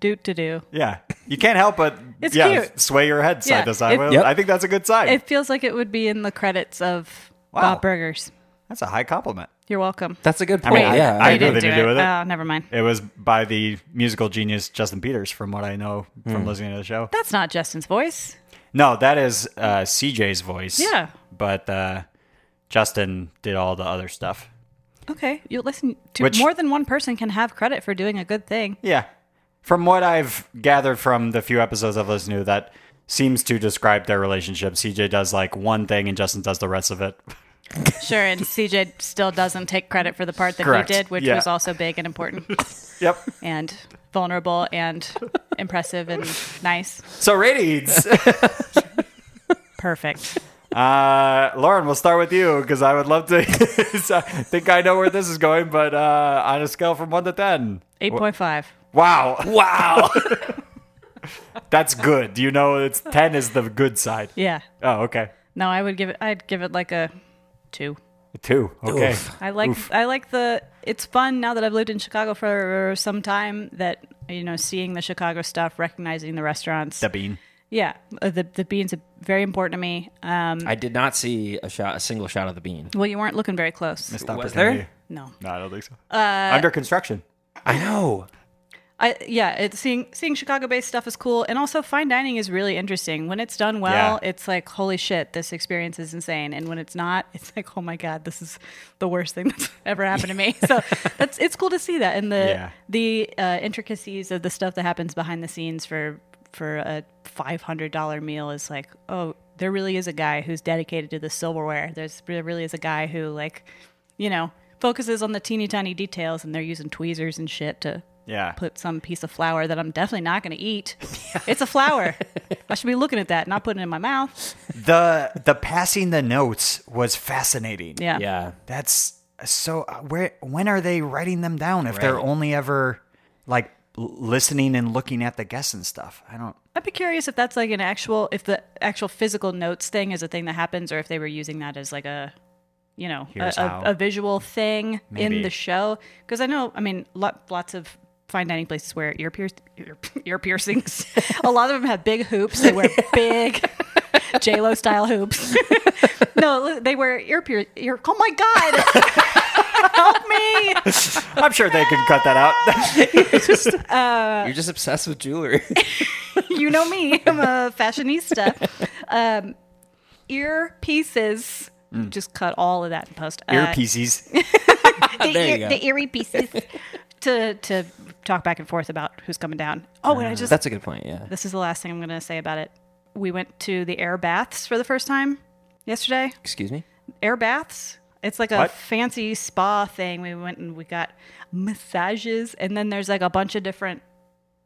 C: doot to do.
B: yeah. You can't help but
C: It's
B: yeah,
C: cute.
B: sway your head side
C: Yeah,
B: to side.
C: it-
B: Well,
D: Yep.
B: I think that's a good sign.
C: It feels like it would be in the credits of
B: Wow.
C: Bob Burgers.
B: that's a high compliment.
C: You're welcome.
D: That's a good
B: mean,
D: point.
B: I-
D: yeah,
B: I
C: You
B: had
C: didn't
B: nothing to do with it.
C: Oh, never mind.
B: It was by the musical genius Justin Peters, from what I know from listening to the show.
C: That's not Justin's voice.
B: No, that is uh, CJ's voice.
C: Yeah.
B: But uh, Justin did all the other stuff.
C: Okay, you listen to
B: Which-
C: more than one person can have credit for doing a good thing.
B: Yeah. From what I've gathered from the few episodes I've listened to, that seems to describe their relationship. CJ does like one thing and Justin does the rest of it.
C: Sure, and CJ still doesn't take credit for the part that
B: Correct.
C: you did, which
B: Yeah.
C: was also big and important
B: [laughs] Yep.
C: and vulnerable and impressive and nice.
B: So ratings. [laughs]
C: Perfect.
B: uh, Lauren, we'll start with you because I would love to. [laughs] I think I know where this is going, but uh, on a scale from one to ten,
C: Eight point five.
B: Wow,
D: Wow.
B: [laughs] that's good. You know, it's ten is the good side.
C: Yeah.
B: Oh, okay,
C: No, I would give it. I'd give it like a two.
B: two. Okay,
D: Oof.
C: I like. I like the. It's fun now that I've lived in Chicago for some time. That you know, seeing the Chicago stuff, recognizing the restaurants.
B: the bean.
C: yeah, uh, the the beans are very important to me. Um,
D: I did not see a shot, a single shot of the bean.
C: well, you weren't looking very close.
B: Missed
D: Was
B: opportunity.
D: there? Uh,
C: No.
B: No, I don't think so. Under construction.
D: I know.
C: I yeah, it's seeing seeing Chicago based stuff is cool, and also fine dining is really interesting. When it's done well,
B: Yeah.
C: it's like holy shit, this experience is insane, and when it's not, [laughs] it's like oh my god, this is the worst thing [laughs] that's ever happened to
B: [laughs]
C: me. So that's it's cool to see that and the
B: Yeah.
C: the uh, intricacies of the stuff that happens behind the scenes for for a five hundred dollar meal is like oh there really is a guy who's dedicated to the silverware. There's there really is a guy who like you know focuses on the teeny tiny details, and they're using tweezers and shit to
B: Yeah.
C: put some piece of flour that I'm definitely not going to eat. It's a flour. I should be looking at that, not putting it in my mouth.
B: the the passing the notes was fascinating.
C: Yeah.
D: Yeah.
B: That's so where when are they writing them down if they're
D: Right.
B: only ever like l- listening and looking at the guests and stuff? I don't [laughs]
C: I'd be curious if that's like an actual, if the actual physical notes thing is a thing that happens or if they were using that as like a, you know, a,
B: Here's how.
C: a, a visual thing
B: Maybe.
C: in the show. Because I know, I mean, lot, lots of fine dining places wear ear, pierce, ear, [laughs] ear piercings. [laughs] a lot of them have big hoops. They
B: [laughs]
C: wear big J-Lo style hoops. [laughs] no, they wear ear pier. Ear, oh my God. [laughs] Help me.
B: I'm sure they can cut that out. [laughs]
D: You're just obsessed
C: [laughs]
D: with jewelry.
C: you know me. I'm a fashionista. Um, ear pieces.
B: Mm.
C: Just cut all of that in post.
B: Ear
C: Uh,
B: pieces.
C: the,
D: [laughs] There you
C: ear-
D: go.
C: the eerie pieces. to to talk back and forth about who's coming down. Oh,
B: Ah.
C: and I [laughs] just
D: That's a good point. Yeah.
C: this is the last thing I'm going to say about it. We went to the air baths for the first time yesterday.
D: Excuse me.
C: Air baths. It's like a
B: What?
C: fancy spa thing. We went and we got massages, and then there's like a bunch of different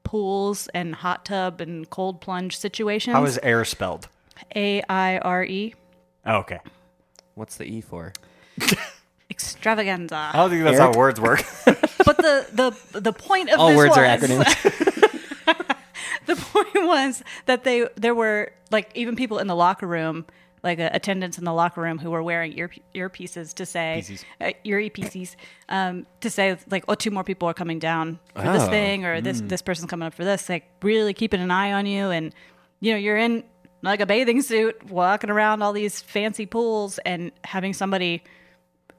C: pools and hot tub and cold plunge situations.
B: How is air spelled?
C: A I R E.
B: Oh, okay.
D: What's the E for?
C: Extravaganza.
B: I don't think that's
D: Eric?
B: how words [laughs] work.
C: But the, the the point of
D: All
C: this
D: words
C: was,
D: are acronyms.
C: [laughs] The point was that they there were like even people in the locker room, like uh, attendants in the locker room who were wearing ear earpieces to say
B: Pieces.
C: uh, ear pieces um, to say like oh two more people are coming down for this
D: Oh.
C: thing or this this person's coming up for this like really keeping an eye on you and you know you're in like a bathing suit walking around all these fancy pools and having somebody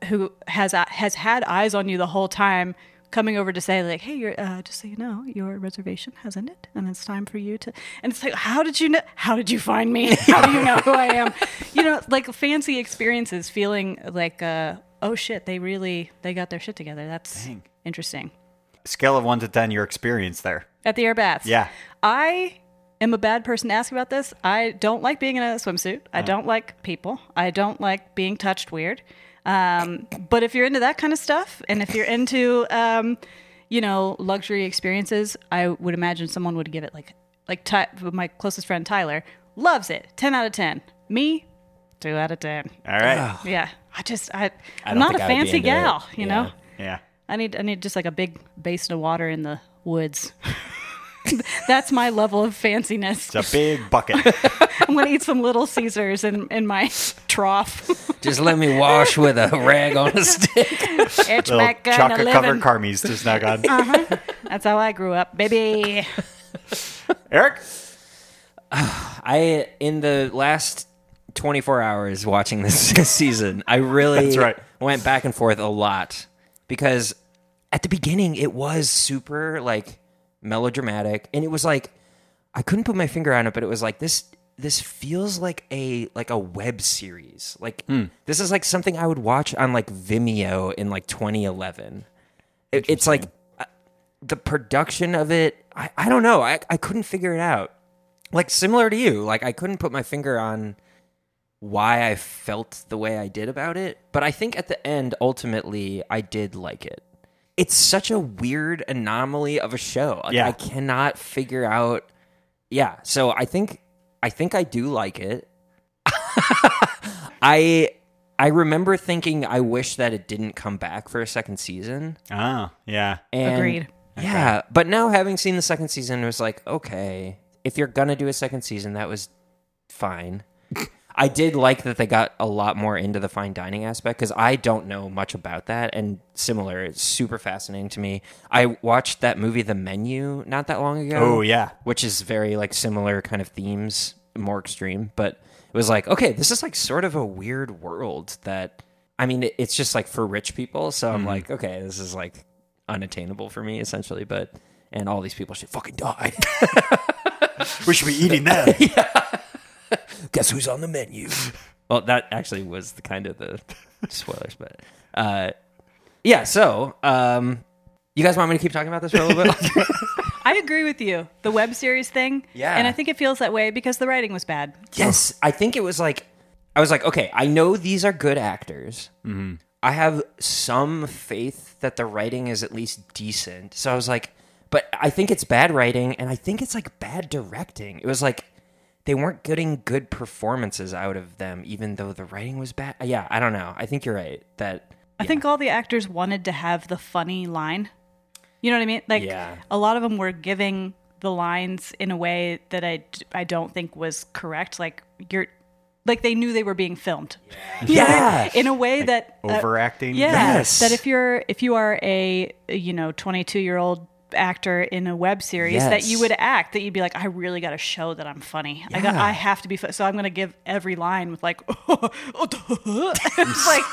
C: who has uh, has had eyes on you the whole time coming over to say like hey you're uh, just so you know your reservation has ended and it's time for you to and it's like how did you know how did you find me [laughs] how do you know who i am you know like fancy experiences feeling like uh, oh shit they really they got their shit together that's
B: Dang.
C: interesting
B: Scale of one to ten, your experience there.
C: at the air baths
B: Yeah.
C: i am a bad person to ask about this i don't like being in a swimsuit i
D: Uh-huh.
C: don't like people i don't like being touched weird um, but if you're into that kind of stuff and if you're into um, you know luxury experiences i would imagine someone would give it like like Ty- my closest friend tyler loves it 10 out of 10 me 2 out of 10
B: All right.
C: yeah i just I,
D: I
C: i'm
D: don't
C: not a
D: think I would be
C: fancy
D: into it.
C: gal you
D: Yeah.
C: know
B: yeah.
C: I need I need just like a big basin of water in the woods. [laughs] That's my level of
B: [laughs]
C: fanciness.
B: It's a big bucket.
C: I'm gonna eat some little Caesars in, in my
B: [laughs]
C: trough.
D: Just let me wash with a rag
C: [laughs]
D: on a stick.
C: it's
B: Little
C: my kind
B: chocolate
C: of
B: covered
C: living.
B: carmies to snug [laughs] on.
C: That's how I grew up,
B: [laughs]
C: baby.
B: Eric?
D: I in the last 24 hours watching this [laughs] season, I really
B: That's right.
D: went back and forth a lot because at the beginning it was super like melodramatic and it was like I couldn't put my finger on it, but it was like this this feels like a like a web series. Like
B: Hmm.
D: this is like something I would watch on like Vimeo in like 2011. It, it's like uh, the production of it I, I don't know. I, I couldn't figure it out like similar to you like i couldn't put my finger on why i felt the way i did about it but i think at the end ultimately i did like it it's such a weird anomaly of a show like,
B: Yeah.
D: i cannot figure out yeah so i think i think i do like it [laughs] i i remember thinking i wish that it didn't come back for a second season
B: Oh, yeah.
D: and
C: Agreed.
D: Yeah, but now having seen the second season, it was like, okay, if you're gonna do a second season, that was fine. I did like that they got a lot more into the fine dining aspect because I don't know much about that. And similar, it's super fascinating to me. I watched that movie, The Menu, not that long ago.
B: Oh, yeah.
D: which is very like similar kind of themes, more extreme. But it was like, okay, this is like sort of a weird world that. I mean, it- it's just like for rich people. So
B: Mm-hmm.
D: I'm like, okay, this is like unattainable for me essentially. But and all these people should fucking die. [laughs]
B: We should be eating that.
D: guess who's on the menu? [laughs] well, that actually was the kind of the [laughs] spoilers, but uh, yeah. So, um, you guys want me to keep talking about this for a little bit?
C: I agree with you. The web series thing.
D: Yeah.
C: And I think it feels that way because the writing was bad.
D: [laughs] yes, I think it was like I was like, okay, I know these are good actors. I have some faith that the writing is at least decent. So I was like, but I think it's bad writing, and I think it's like bad directing. It was like. They weren't getting good performances out of them, even though the writing was bad. Yeah, I don't know. I think you're right that
C: I think all the actors wanted to have the funny line. You know what I mean? Like
D: Yeah.
C: a lot of them were giving the lines in a way that I, d- I don't think was correct. Like you're like they knew they were being filmed. [laughs]
D: Yeah.
C: In a way that uh,
B: Overacting.
C: yeah,
D: Yes.
C: that if you're if you are a you know 22 year old actor in a web series that
D: Yes.
C: you would act that you'd be like I really got to show that I'm funny. I got
D: Yeah.
C: I have to be fu- so I'm going to give every line with like [laughs]
D: [laughs]
C: it's like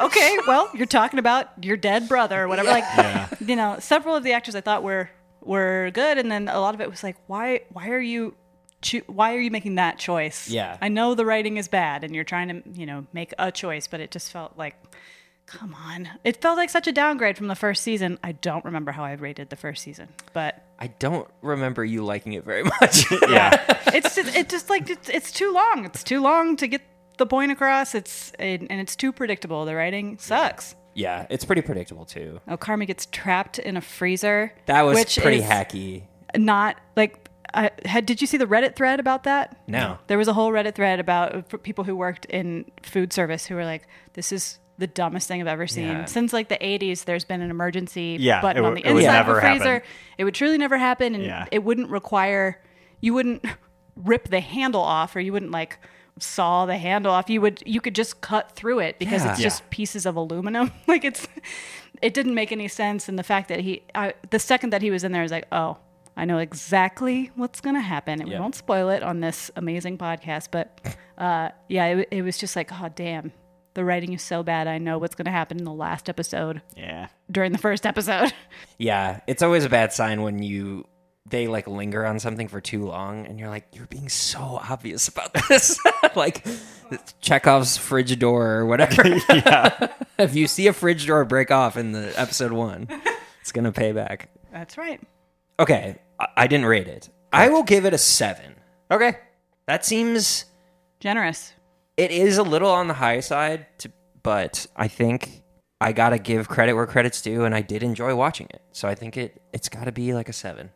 C: okay, well, you're talking about your dead brother or whatever like you know, several of the actors I thought were were good and then a lot of it was like why why are you choo- why are you making that choice?
D: Yeah.
C: I know the writing is bad and you're trying to, you know, make a choice, but it just felt like Come on. It felt like such a downgrade from the first season. I don't remember how I rated the first season, but
D: I don't remember you liking it very [laughs] much.
B: [laughs] Yeah.
C: it's just, it just like it's, it's too long. It's too long to get the point across. It's and and it's too predictable. The writing sucks.
D: yeah, it's pretty predictable too.
C: Oh, Karma gets trapped in a freezer.
D: That was
C: which
D: pretty
C: is
D: hacky.
C: Not like I had. Did you see the Reddit thread about that?
D: No.
C: There was a whole Reddit thread about f- people who worked in food service who were like, "This is." The dumbest thing I've ever seen
D: Yeah.
C: since like the 80s. There's been an emergency
B: Yeah,
C: button
B: it
C: on
B: w-
C: the
B: it would
C: inside of
B: never
C: the freezer.
B: happen.
C: It would truly never happen, and
B: Yeah.
C: it wouldn't require you wouldn't rip the handle off, or you wouldn't like saw the handle off. You would you could just cut through it because
D: Yeah.
C: it's
D: Yeah.
C: just pieces of aluminum. [laughs] like it's it didn't make any sense, and the fact that he I, the second that he was in there, I was like, oh. I know exactly what's going to happen. And
D: Yeah.
C: We won't spoil it on this amazing podcast, but uh, yeah, it, w- it was just like, oh, damn, the writing is so bad. I know what's going to happen in the last episode
B: [laughs] Yeah.
C: during the first episode. [laughs]
D: Yeah, it's always a bad sign when you they like linger on something for too long and you're like you're being so obvious about [laughs] this. like Chekhov's fridge door or whatever. [laughs] if you see a fridge door break off in the episode 1, it's going to pay back.
C: That's right.
D: Okay, I, I didn't rate it. I will give it a 7.
B: Okay.
D: That seems
C: Generous.
D: it is a little on the high side, to, but I think I gotta give credit where credit's due, and I did enjoy watching it. So I think it it's gotta be like a seven.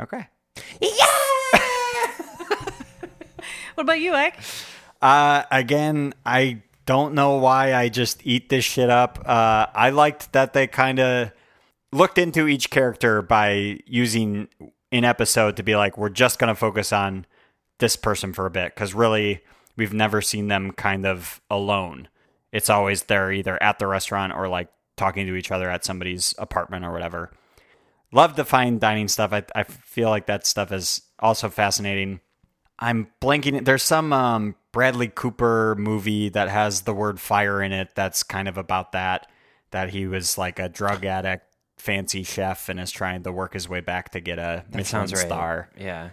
B: Okay.
D: [laughs]
C: What about you, Ike?
B: Uh, again, I don't know why I just eat this shit up. Uh, I liked that they kind of looked into each character by using an episode to be like, we're just going to focus on this person for a bit. Because really, we've never seen them kind of alone. It's always they're either at the restaurant or like talking to each other at somebody's apartment or whatever. Love the fine dining stuff. I, I feel like that stuff is also fascinating. I'm blanking. There's some um, Bradley Cooper movie that has the word fire in it. That's kind of about that. That he was like a drug addict, fancy chef, and is trying to work his way back to get a
D: That
B: Michelin
D: sounds right.
B: star.
D: Yeah.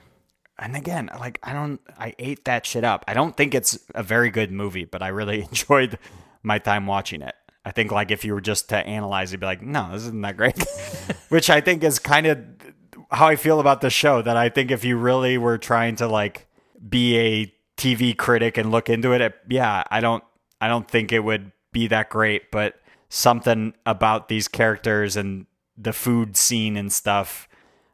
B: And again, like I don't, I ate that shit up. I don't think it's a very good movie, but I really [laughs] enjoyed my time watching it. I think like if you were just to analyze, you'd be like, no, this isn't that great. [laughs] Which I think is kind of how I feel about the show. That I think if you really were trying to like be a TV critic and look into it, it yeah, I don't, I don't think it would be that great. But something about these characters and the food scene and stuff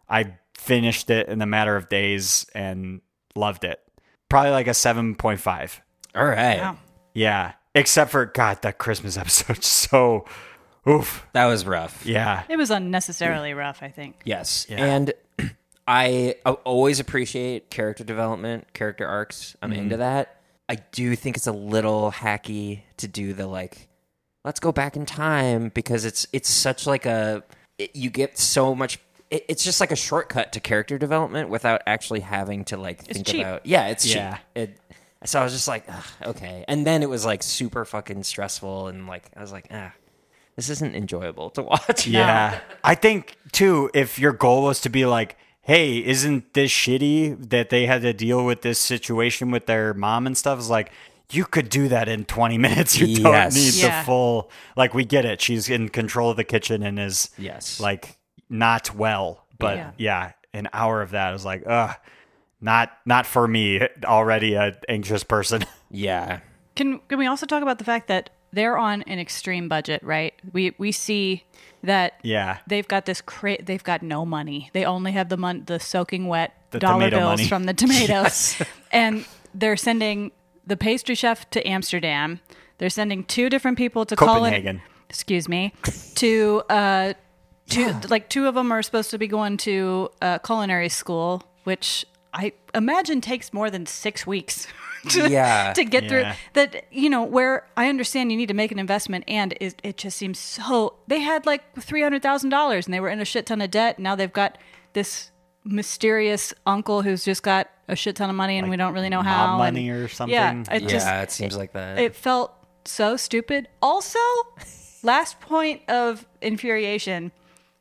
B: I finished it in a matter of days and loved it. Probably like a 7.5.
D: All right.
C: Wow.
B: Yeah. Except for, God, that Christmas episode. [laughs] So Oof.
D: That was rough.
B: Yeah.
C: It was unnecessarily rough, I think.
D: Yes. And [clears throat] I a- always appreciate character development, character arcs. I'm into that. I do think it's a little hacky to do the like let's go back in time because it's it's such like a it, you get so much it, it's just like a shortcut to character development without actually having to like think
C: cheap.
D: about yeah it's
B: Yeah.
D: cheap it so I was just like "Ugh, okay and then it was like super fucking stressful and like I was like ah this isn't enjoyable to [laughs] watch
B: Yeah. I think too, if your goal was to be like, hey, isn't this shitty that they had to deal with this situation with their mom and stuff? It's like, you could do that in 20 [laughs] minutes. You don't
D: Yes.
B: need
C: Yeah.
B: the full, like, we get it. She's in control of the kitchen and is,
D: Yes.
B: like, not well. But
C: Yeah.
B: yeah, an hour of that is like, ugh, not, not for me. Already an anxious person. [laughs]
D: yeah
C: Can can we also talk about the fact that they're on an extreme budget, right? We we see that
B: yeah.
C: they've got this cra- they've got no money. They only have the mon- the soaking wet
B: The
C: dollar
B: tomato
C: bills
B: money.
C: from the tomatoes.
B: [laughs]
C: And they're sending the pastry chef to Amsterdam. They're sending two different people to
B: Copenhagen.
C: Colin, excuse me, to uh two like two of them are supposed to be going to uh, culinary school, which I imagine takes more than 6 weeks. [laughs] to,
D: Yeah.
C: to get
B: Yeah.
C: through that you know where i understand you need to make an investment and it, it just seems so they had like $300000 and they were in a shit ton of debt now they've got this mysterious uncle who's just got a shit ton of money and we don't really know how and-
B: money or something.
C: yeah it just
D: yeah it seems like
B: Uh,
D: that
C: it felt so stupid also [laughs] last point of infuriation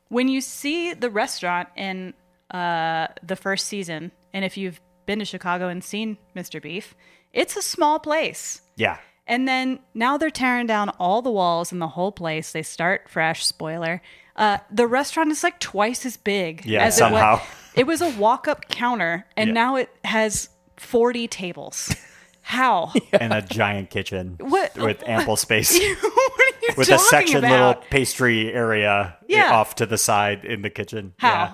C: when you see the restaurant in uh, the first season and if you've been to chicago and seen mr beef it's a small place
B: Yeah.
C: and then now they're tearing down all the walls in the whole place. They start fresh. Spoiler: uh, the restaurant is like twice as big.
B: Yeah,
C: as It
B: somehow.
C: was, it was a walk-up counter, and
B: Yeah.
C: now it has forty
B: [laughs]
C: tables. How?
B: And a giant kitchen
C: What-
B: with ample
C: [laughs]
B: space.
C: what are you
B: with a
C: talking
B: section
C: about?
B: little pastry area
C: Yeah.
B: off to the side in the kitchen.
C: How?
B: Yeah.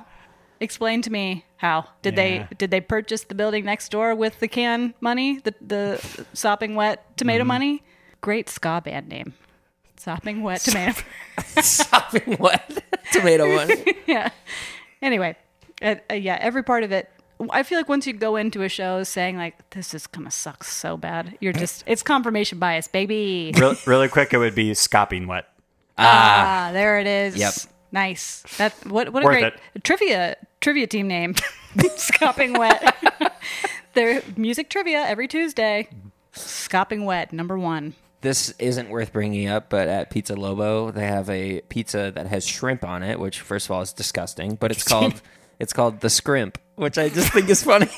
C: Explain to me how did
B: Yeah.
C: they did they purchase the building next door with the can money, the the sopping wet tomato
B: Mm-hmm.
C: money? Great ska band name, sopping wet
B: [laughs]
C: tomato.
D: [laughs] sopping wet tomato one.
C: anyway, uh, uh, yeah, every part of it. I feel like once you go into a show saying like this is gonna suck so bad, you're just it's confirmation bias, baby.
B: [laughs] Real, really quick, it would be scopping wet.
C: Ah, there it is.
D: Yep.
C: Nice. That what what a
B: Worth
C: great
B: it.
C: trivia trivia team name. [laughs] Scopping wet. [laughs] Their music trivia every Tuesday. Scopping wet number one.
D: [laughs] This isn't worth bringing up, but at Pizza Lobo, they have a pizza that has shrimp on it, which first of all is disgusting, but it's called it's called the scrimp, which I just think is
B: [laughs]
D: funny.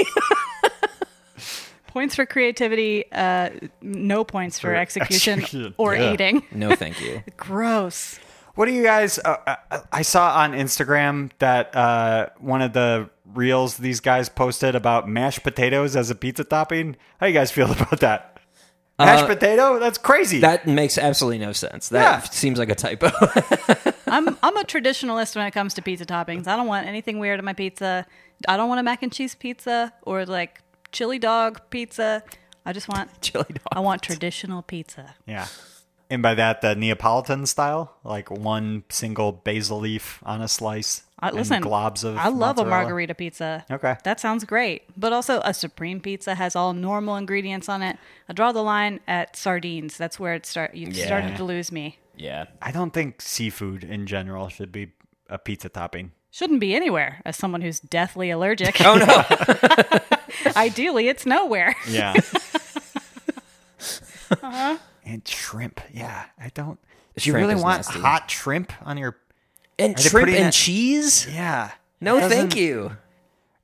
C: Points for creativity. Uh, no points for execution,
B: execution.
C: or
B: Yeah.
C: eating.
D: no, thank
B: [laughs]
D: you.
C: Gross.
B: What do you guys? Uh, uh, I saw on Instagram that uh, one of the reels these guys posted about mashed potatoes as a pizza topping. How you guys feel [laughs] about that? Mashed potato? That's crazy.
D: That makes absolutely no sense. That
B: Yeah.
D: seems like a typo. [laughs]
C: I'm I'm a traditionalist when it comes to pizza toppings. I don't want anything weird on my pizza. I don't want a mac and cheese pizza or like chili dog pizza. I just want
D: Chili dog.
C: I want traditional pizza.
B: yeah. And by that, the Neapolitan style, like one single basil leaf on a slice.
C: I,
B: and
C: listen,
B: globs of.
C: I love a
B: mozzarella.
C: margarita pizza.
B: Okay.
C: that sounds great. But also, a supreme pizza has all normal ingredients on it. I draw the line at sardines. That's where it start. You
D: Yeah.
C: started to lose me.
D: yeah.
B: I don't think seafood in general should be a pizza topping.
C: Shouldn't be anywhere. As someone who's deathly allergic,
D: Oh
C: [laughs]
D: no.
C: ideally it's nowhere. [laughs]
B: Yeah. And shrimp. Yeah. I don't. Do you
D: shrimp
B: really
D: is
B: want
D: nasty.
B: hot shrimp on your.
D: And
B: they
D: shrimp
B: putting
D: and
B: it-
D: cheese?
B: Yeah.
D: No,
B: Doesn't-
D: thank you.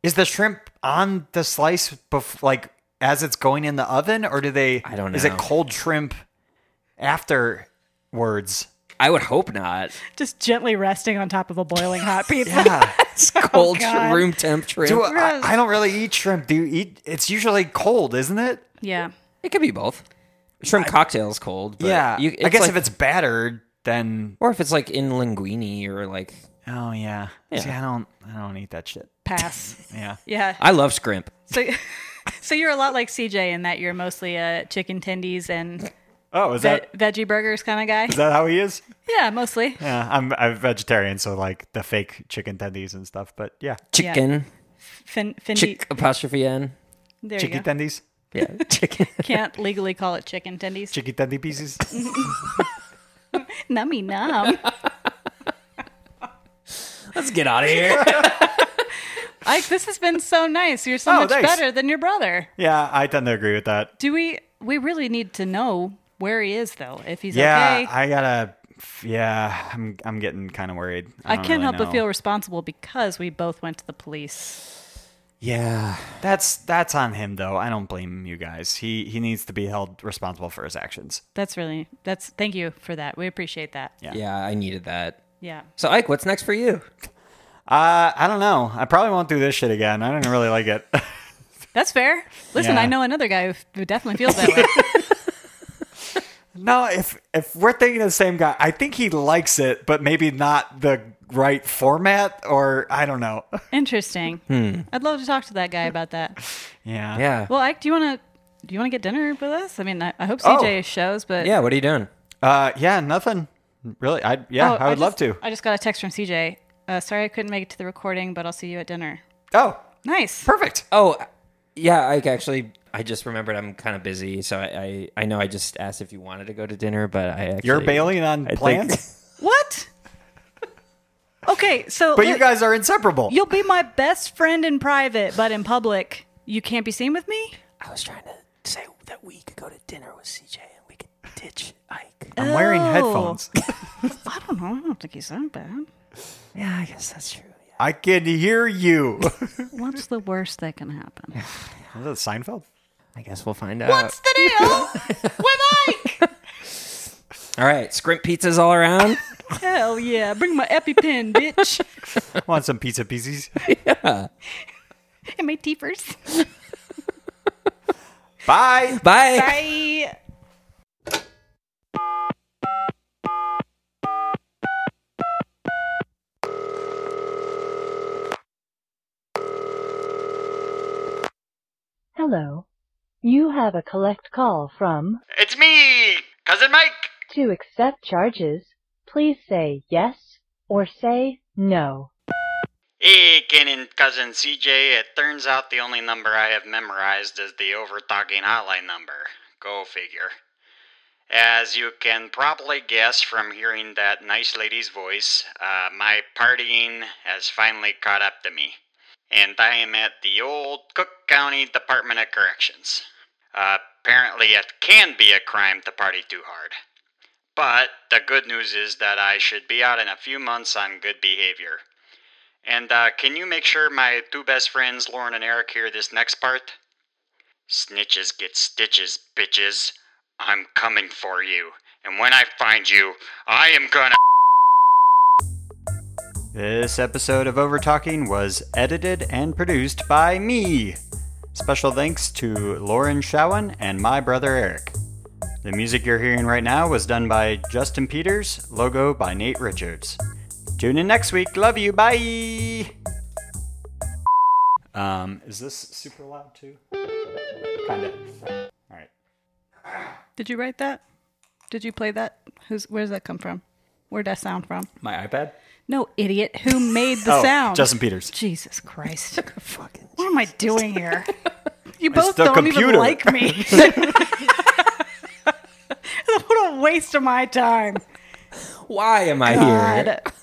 B: Is the shrimp on the slice bef- like as it's going in the oven or do they.
D: I don't
B: Is it
D: know.
B: cold shrimp
D: [laughs]
B: afterwards?
D: I would hope
B: [laughs]
D: not.
C: Just gently resting on top of a boiling hot pizza.
B: Yeah.
D: It's cold
C: God.
D: room temp shrimp.
B: Oh, do I,
C: Gross.
B: I don't really eat shrimp. Do you eat? It's usually cold, isn't it?
C: yeah.
D: it could be both. Shrimp cocktails cold. But
B: yeah.
D: you-
B: I guess
D: like-
B: if it's battered, then.
D: or if it's like in linguine or like
B: Oh, yeah.
D: Yeah.
B: See, I don't, I don't eat that shit.
C: Pass.
B: Yeah.
C: Yeah.
D: I love scrimp.
C: [laughs] So, so you're a lot like CJ in that you're mostly uh, chicken tendies and
B: Oh, is
C: Ve-
B: that
C: veggie burgers kind of guy.
B: is that how he is?
C: yeah, mostly.
B: Yeah, I'm I'm vegetarian, so like the fake chicken tendies and stuff. But yeah,
D: Chicken.
C: Fin, fin-
D: Chick apostrophe N.
C: there you
B: chicky
C: go.
B: tendies,
D: Yeah. [laughs] Chicken.
C: Can't legally call it chicken tendies.
B: chicky tendy pieces. [laughs]
C: Nummy numb.
D: Let's get out of [laughs] here.
C: Ike, this has been so nice. You're so
B: Oh,
C: much
B: thanks.
C: better than your brother.
B: yeah, I tend to agree with that.
C: Do we? We really need to know where he is, though. If he's
B: Yeah,
C: okay,
B: I gotta. Yeah, I'm I'm getting kind of worried. I,
C: I
B: don't
C: can't
B: really
C: help
B: know.
C: but feel responsible because we both went to the police.
D: yeah.
B: That's that's on him though. I don't blame you guys. He he needs to be held responsible for his actions.
C: That's really that's. Thank you for that. We appreciate that.
B: Yeah.
D: Yeah, I needed that.
C: Yeah.
D: So Ike, what's next for you?
B: Uh, I don't know. I probably won't do this shit again. I didn't really like it. [laughs]
C: That's fair. Listen,
B: Yeah.
C: I know another guy who f- who definitely feels
B: [laughs]
C: that way.
B: no, if if we're thinking of the same guy, I think he likes it, but maybe not the right format, or I don't know. [laughs]
C: Interesting.
B: Hmm.
C: I'd love to talk to that guy about that.
B: Yeah.
D: Yeah.
C: Well, Ike, do you want to do you want to get dinner with us? I mean, I, I hope
B: Oh.
C: CJ shows, but
D: yeah, what are you doing?
B: Uh, yeah. Nothing really. I yeah.
C: Oh,
B: I would love
C: just-
B: to.
C: I just got a text from CJ. Uh, sorry, I couldn't make it to the recording, but I'll see you at dinner.
B: Oh,
C: Nice.
B: perfect.
D: Oh, yeah, Ike, actually, I just remembered I'm kind of busy. So I, I, I know I just asked if you wanted to go to dinner, but I actually.
B: You're bailing on
D: I think-
B: plans,
D: [laughs]
C: What? Okay, so
B: but you
C: look,
B: guys are inseparable.
C: you'll be my best friend in private, but in public, you can't be seen with me.
D: I was trying to say that we could go to dinner with CJ and we could ditch Ike.
B: I'm wearing
C: Oh. [laughs]
B: headphones.
C: I don't know. I don't think he's that bad.
D: Yeah, I guess that's true. Yeah.
B: I can hear
D: [laughs]
B: you.
C: What's the worst that can happen?
B: [laughs] Is that Seinfeld?
D: I guess we'll find
C: What's
D: out.
C: the deal with Ike?
D: All right, scrimp pizzas all [laughs] around.
C: Hell yeah! Bring my EpiPen, bitch,
B: Want some pizza pieces?
C: [laughs] and my teethers.
B: Bye.
D: Bye.
C: Bye.
E: Hello. You have a collect call from
F: It's me, Cousin Mike.
E: to accept charges. Please say yes or say no.
F: Hey, Ken and Eh, Cousin CJ. It turns out the only number I have memorized is the overtalking hotline number. Go figure. As you can probably guess from hearing that nice lady's voice, uh, my partying has finally caught up to me. And I am at the old Cook County Department of Corrections. Uh, apparently, it can be a crime to party too hard. But the good news is that I should be out in a few months on good behavior. And uh, can you make sure my two best friends, Lauren and Eric, hear this next part? Snitches get stitches, bitches. I'm coming for you. And when I find you, I am gonna.
B: This episode of Over Talking was edited and produced by me. Special thanks to Lauren Showen and my brother Eric. The music you're hearing right now was done by Justin Peters, logo by Nate Richards. Tune in next week. Love you. Bye. Um, is this super loud too? Kinda. All right.
C: Did you write that? Did you play that? Who's? Where does that come from? Where'd that sound from?
B: My iPad.
C: No, idiot. Who made the
B: oh,
C: sound?
B: Justin Peters.
C: Jesus Christ. what am I doing here? [laughs] You
B: It's
C: both
B: the
C: don't
B: computer.
C: even like me. [laughs] what a waste of my time.
D: Why am I here?
C: God.